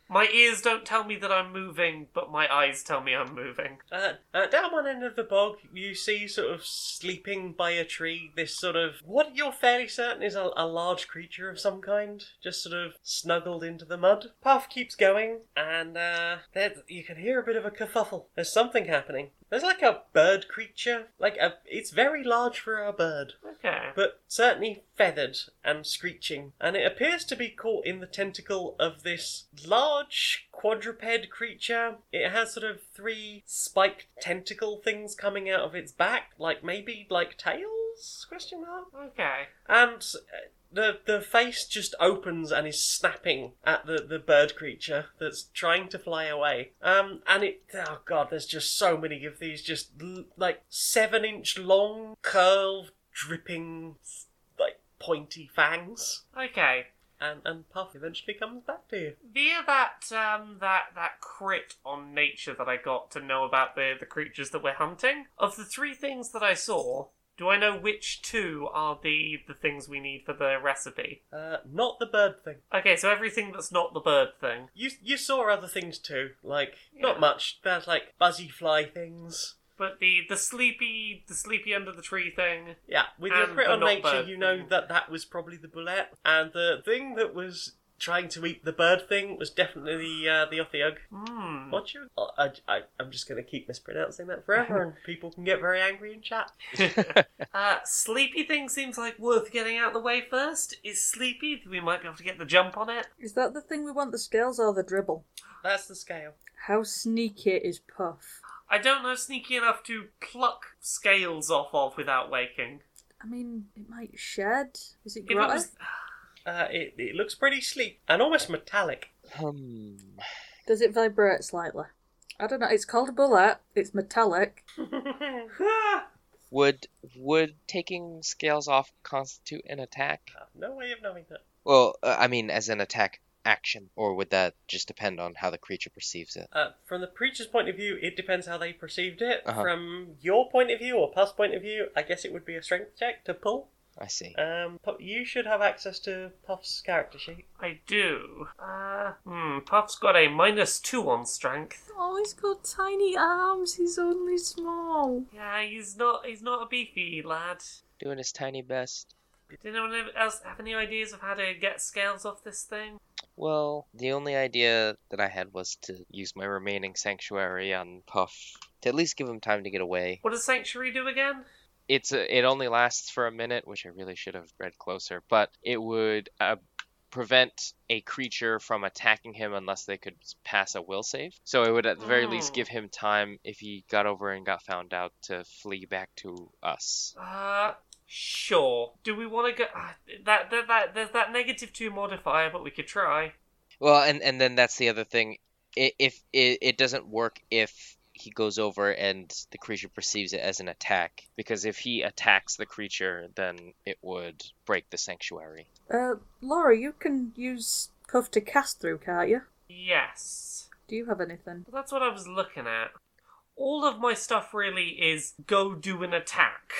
Speaker 2: My ears don't tell me that I'm moving, but my eyes tell me I'm moving.
Speaker 3: Uh, uh, down one end of the bog, you see sort of sleeping by a tree this sort of what you're fairly certain is a, a large creature of some kind, just sort of snuggled into the mud. Puff keeps going, and uh, there you can hear a bit of a kerfuffle. There's something happening. There's like a bird creature, like a it's very large for a bird
Speaker 2: Okay.
Speaker 3: but certainly feathered and screeching, and it appears to be caught in the tentacle of this large quadruped creature. It has sort of three spiked tentacle things coming out of its back, like maybe like tails? Question mark.
Speaker 2: Okay.
Speaker 3: And uh, the the face just opens and is snapping at the, the bird creature that's trying to fly away. Um, and it oh god, there's just so many of these just l- like seven inch long, curved, dripping, s- like pointy fangs.
Speaker 2: Okay.
Speaker 3: And and Puff eventually comes back to you.
Speaker 2: Via that um that that crit on nature that I got to know about the the creatures that we're hunting, of the three things that I saw, do I know which two are the the things we need for the recipe?
Speaker 3: Uh, not the bird thing.
Speaker 2: Okay, so everything that's not the bird thing.
Speaker 3: You you saw other things too, like
Speaker 2: Yeah.
Speaker 3: not much. There's like buzzy fly things.
Speaker 2: But the the sleepy the sleepy under the tree thing.
Speaker 3: Yeah, with your
Speaker 2: And
Speaker 3: crit
Speaker 2: the
Speaker 3: on
Speaker 2: not
Speaker 3: nature,
Speaker 2: bird
Speaker 3: you know
Speaker 2: thing.
Speaker 3: that that was probably the bullet, and the thing that was trying to eat the bird thing was definitely the uh, the othiug. <laughs>
Speaker 2: Hmm.
Speaker 3: What you? uh, I, I, I'm just going to keep mispronouncing that forever,
Speaker 2: <laughs>
Speaker 3: and people can get very angry in chat.
Speaker 2: Uh sleepy thing seems like worth getting out of the way first. Is sleepy we might be able to get the jump on it.
Speaker 5: Is that the thing we want, the scales or the dribble?
Speaker 3: That's the scale.
Speaker 5: How sneaky is Puff?
Speaker 2: I don't know sneaky enough to pluck scales off of without waking.
Speaker 5: I mean, it might shed. Is it
Speaker 2: If it
Speaker 5: grotty?
Speaker 2: was
Speaker 3: Uh, it, it looks pretty sleek and
Speaker 2: <laughs>
Speaker 3: almost metallic.
Speaker 4: Hmm.
Speaker 5: Does it vibrate slightly? I don't know. It's called a bullet. It's metallic.
Speaker 4: Would would taking scales off constitute an attack?
Speaker 3: Uh, No way of knowing that.
Speaker 4: Well, uh, I mean, as an attack action, or would that just depend on how the creature perceives it?
Speaker 3: Uh, from the preacher's point of view, it depends how they perceived it.
Speaker 4: Uh-huh.
Speaker 3: From your point of view or past point of view, I guess it would be a strength check to pull.
Speaker 4: I see.
Speaker 3: Um, Puff- you should have access to Puff's character sheet.
Speaker 2: I do. Uh, hmm, Puff's got a minus two on strength.
Speaker 5: Oh, he's got tiny arms. He's only small.
Speaker 2: Yeah, he's not. He's not a beefy lad.
Speaker 4: Doing his tiny best.
Speaker 2: Did anyone else have any ideas of how to get scales off this thing?
Speaker 4: Well, the only idea that I had was to use my remaining sanctuary on Puff to at least give him time to get away.
Speaker 2: What does sanctuary do again?
Speaker 4: It's a, it only lasts for a minute, which I really should have read closer, but it would uh, prevent a creature from attacking him unless they could pass a will save. So it would at the very least
Speaker 2: Oh.
Speaker 4: give him time if he got over and got found out to flee back to us.
Speaker 2: Uh, sure. Do we want to go? Uh, that that that there's that negative two modifier, but we could try.
Speaker 4: Well, and and then that's the other thing. I- If it, it doesn't work if he goes over and the creature perceives it as an attack, because if he attacks the creature, then it would break the sanctuary.
Speaker 5: Uh, Laura, you can use Puff to cast through, can't you?
Speaker 2: Yes.
Speaker 5: Do you have anything?
Speaker 2: That's what I was looking at. all of my stuff really is go do an attack,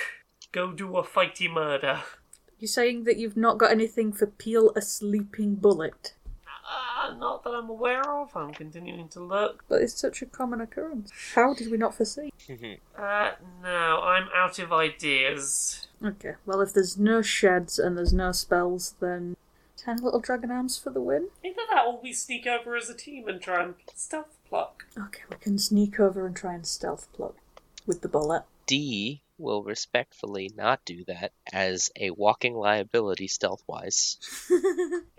Speaker 2: go do a fighty murder.
Speaker 5: You're saying that you've not got anything for peel a sleeping bullet.
Speaker 2: Uh, not that I'm aware of. I'm continuing to look.
Speaker 5: But it's such a common occurrence. How did we not foresee?
Speaker 4: Mm-hmm.
Speaker 2: Uh, no, I'm out of ideas.
Speaker 5: Okay, well, if there's no sheds and there's no spells, then ten little dragon arms for the win.
Speaker 2: Either that or we sneak over as a team and try and stealth pluck.
Speaker 5: Okay, we can sneak over and try and stealth plug with the bullet.
Speaker 4: D will respectfully not do that as a walking liability stealth wise.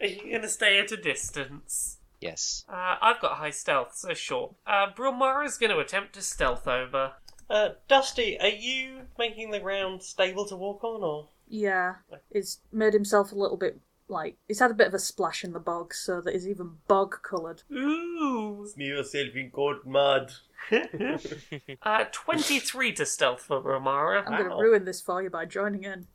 Speaker 2: Are you going to stay at a distance?
Speaker 4: Yes.
Speaker 2: Uh, I've got high stealth, so sure. Uh, Bromara's going to attempt to stealth over.
Speaker 3: Uh, Dusty, are you making the ground stable to walk on, or
Speaker 5: <laughs> Yeah, he's made himself a little bit like he's had a bit of a splash in the bog, so that he's even bog coloured.
Speaker 2: Ooh!
Speaker 10: Smear yourself in cold
Speaker 2: <laughs>
Speaker 10: mud.
Speaker 2: Uh, 23 to stealth for Bromara.
Speaker 5: I'm going
Speaker 10: Wow.
Speaker 5: to ruin this for you by joining in.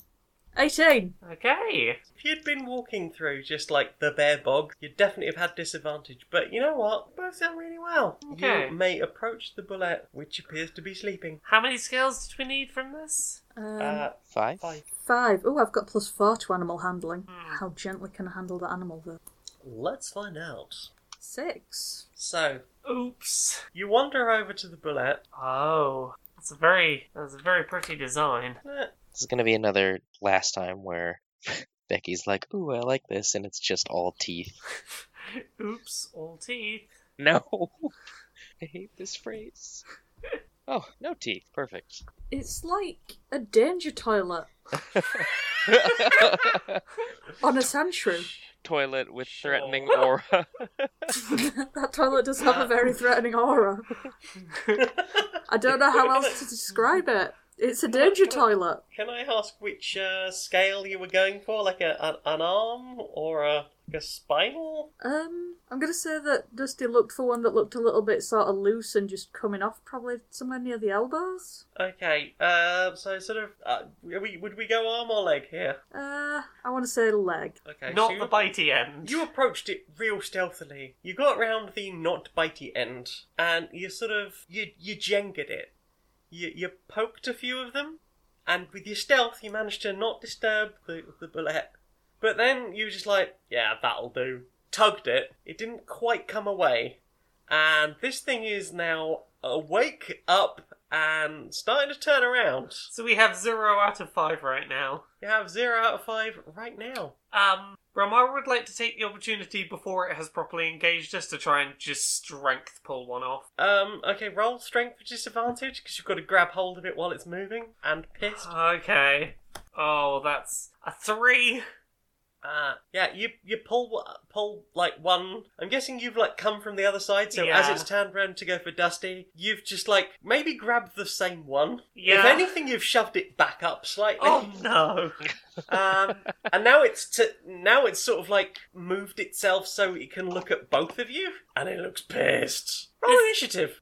Speaker 5: 18.
Speaker 2: Okay.
Speaker 3: if you'd been walking through just like the bare bog, you'd definitely have had disadvantage. But you know what? You both done really well.
Speaker 2: Okay.
Speaker 3: You may approach the bullet, which appears to be sleeping.
Speaker 2: How many scales did we need from this?
Speaker 5: Um,
Speaker 3: uh,
Speaker 4: Five?
Speaker 3: five.
Speaker 5: five. Oh, I've got plus four to animal handling. How gently can I handle the animal though?
Speaker 3: Let's find out.
Speaker 5: Six.
Speaker 3: So
Speaker 2: Oops.
Speaker 3: you wander over to
Speaker 2: <laughs>
Speaker 3: the bullet.
Speaker 2: Oh. That's a very that's a very pretty design.
Speaker 3: Eh,
Speaker 4: This is going to be another last time where <laughs> Becky's like, ooh, I like this, and it's just all teeth.
Speaker 2: Oops, all teeth.
Speaker 4: No! <laughs> I hate this
Speaker 3: <laughs>
Speaker 4: phrase. Oh, no teeth. Perfect. <laughs>
Speaker 5: It's like a danger toilet on a sand shrew.
Speaker 4: Toilet with threatening
Speaker 3: Sure. <laughs>
Speaker 4: aura.
Speaker 5: <laughs> that toilet does have a very threatening aura. I don't know how else to describe it. It's a danger toilet.
Speaker 3: Can I ask which uh, scale you were going for? Like a, an, an arm or a, like a spinal?
Speaker 5: Um, I'm gonna say that Dusty looked for one that looked a little bit sort of loose and just coming off, probably somewhere near the elbows.
Speaker 3: Okay, uh, so sort of, uh, are we, would we go arm or leg here?
Speaker 5: Uh, I want to say leg.
Speaker 3: Okay,
Speaker 2: Not
Speaker 3: so
Speaker 2: the
Speaker 3: you-
Speaker 2: bitey end.
Speaker 3: You approached it real stealthily. You got round the not bitey end, and you sort of you you jengered it. You you poked a few of them, and with your stealth, you managed to not disturb the the bullet. But then you were just like, yeah, that'll do. Tugged it. It didn't quite come away, and this thing is now awake up and starting to turn around.
Speaker 2: So we have zero out of five right now.
Speaker 3: You have zero out of five right now.
Speaker 2: Um, Ramar would like to take the opportunity before it has properly engaged us to try and just strength pull one off.
Speaker 3: Um, okay, roll strength with disadvantage because you've got to grab hold of it while it's moving and pissed.
Speaker 2: Ah. Okay. Oh, that's a three.
Speaker 3: Uh, yeah, you you pull uh, pull like one. I'm guessing you've like come from the other side, so
Speaker 2: Yeah.
Speaker 3: as it's turned round to go for Dusty, you've just like maybe grabbed the same one.
Speaker 2: Yeah.
Speaker 3: If anything, you've shoved it back up slightly.
Speaker 2: Oh no.
Speaker 3: <laughs> um, and now it's to now it's sort of like moved itself so it can look at both of you, and it looks pissed. Roll initiative.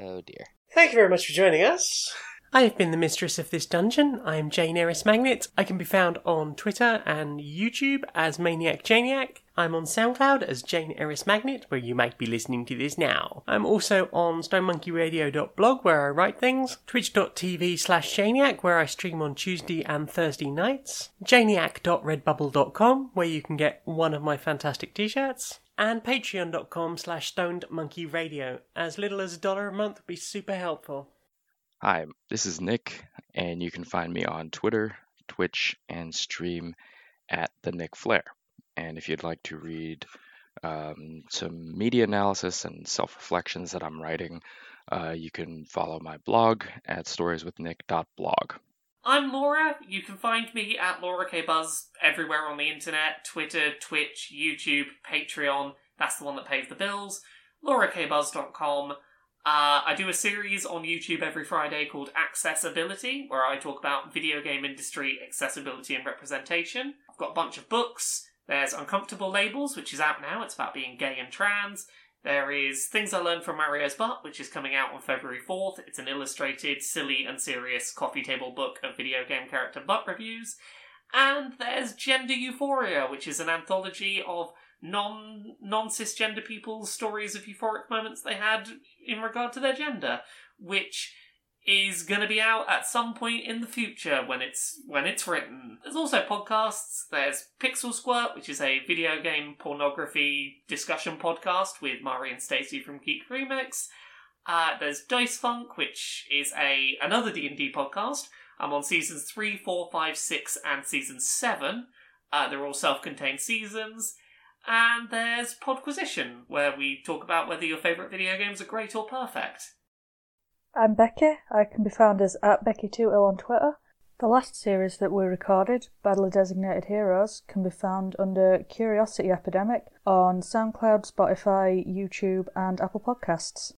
Speaker 4: Oh, dear.
Speaker 3: Thank you very much for joining us. I have been the mistress of this dungeon. I am Jane Eris Magnet. I can be found on Twitter and YouTube as Maniac Janiac. I'm on SoundCloud as Jane Eris Magnet, where you might be listening to this now. I'm also on stonemonkeyradio.blog, where I write things, twitch.tv slash Janiac, where I stream on Tuesday and Thursday nights, janiac.redbubble.com, where you can get one of my fantastic t-shirts, and patreon.com slash stoned monkey radio. As little as a dollar a month would be super helpful.
Speaker 4: Hi, this is Nick, and you can find me on Twitter, Twitch, and stream at the Nick Flair. And if you'd like to read um, some media analysis and self reflections that I'm writing, uh, you can follow my blog at storieswithnick.blog.
Speaker 2: I'm Laura. You can find me at Laura K Buzz everywhere on the internet Twitter, Twitch, YouTube, Patreon. That's the one that pays the bills. LauraKBuzz.com. Uh, I do a series on YouTube every Friday called Accessibility, where I talk about video game industry accessibility and representation. I've got a bunch of books. There's Uncomfortable Labels, which is out now. It's about being gay and trans. There is Things I Learned from Mario's Butt, which is coming out on February 4th. It's an illustrated, silly, and serious coffee table book of video game character butt reviews. And there's Gender Euphoria, which is an anthology of non non cisgender people's stories of euphoric moments they had in regard to their gender, which is going to be out at some point in the future when it's when it's written. There's also podcasts. There's Pixel Squirt, which is a video game pornography discussion podcast with Mari and Stacey from Geek Remix. Uh, there's Dice Funk, which is a another D and D podcast. I'm on seasons three, four, five, six, and season seven. Uh, they're all self-contained seasons. And there's Podquisition, where we talk about whether your favourite video games are great or perfect.
Speaker 5: I'm Becky. I can be found as at Becky2ill on Twitter. The last series that we recorded, Badly Designated Heroes, can be found under Curiosity Epidemic on SoundCloud, Spotify, YouTube, and Apple Podcasts.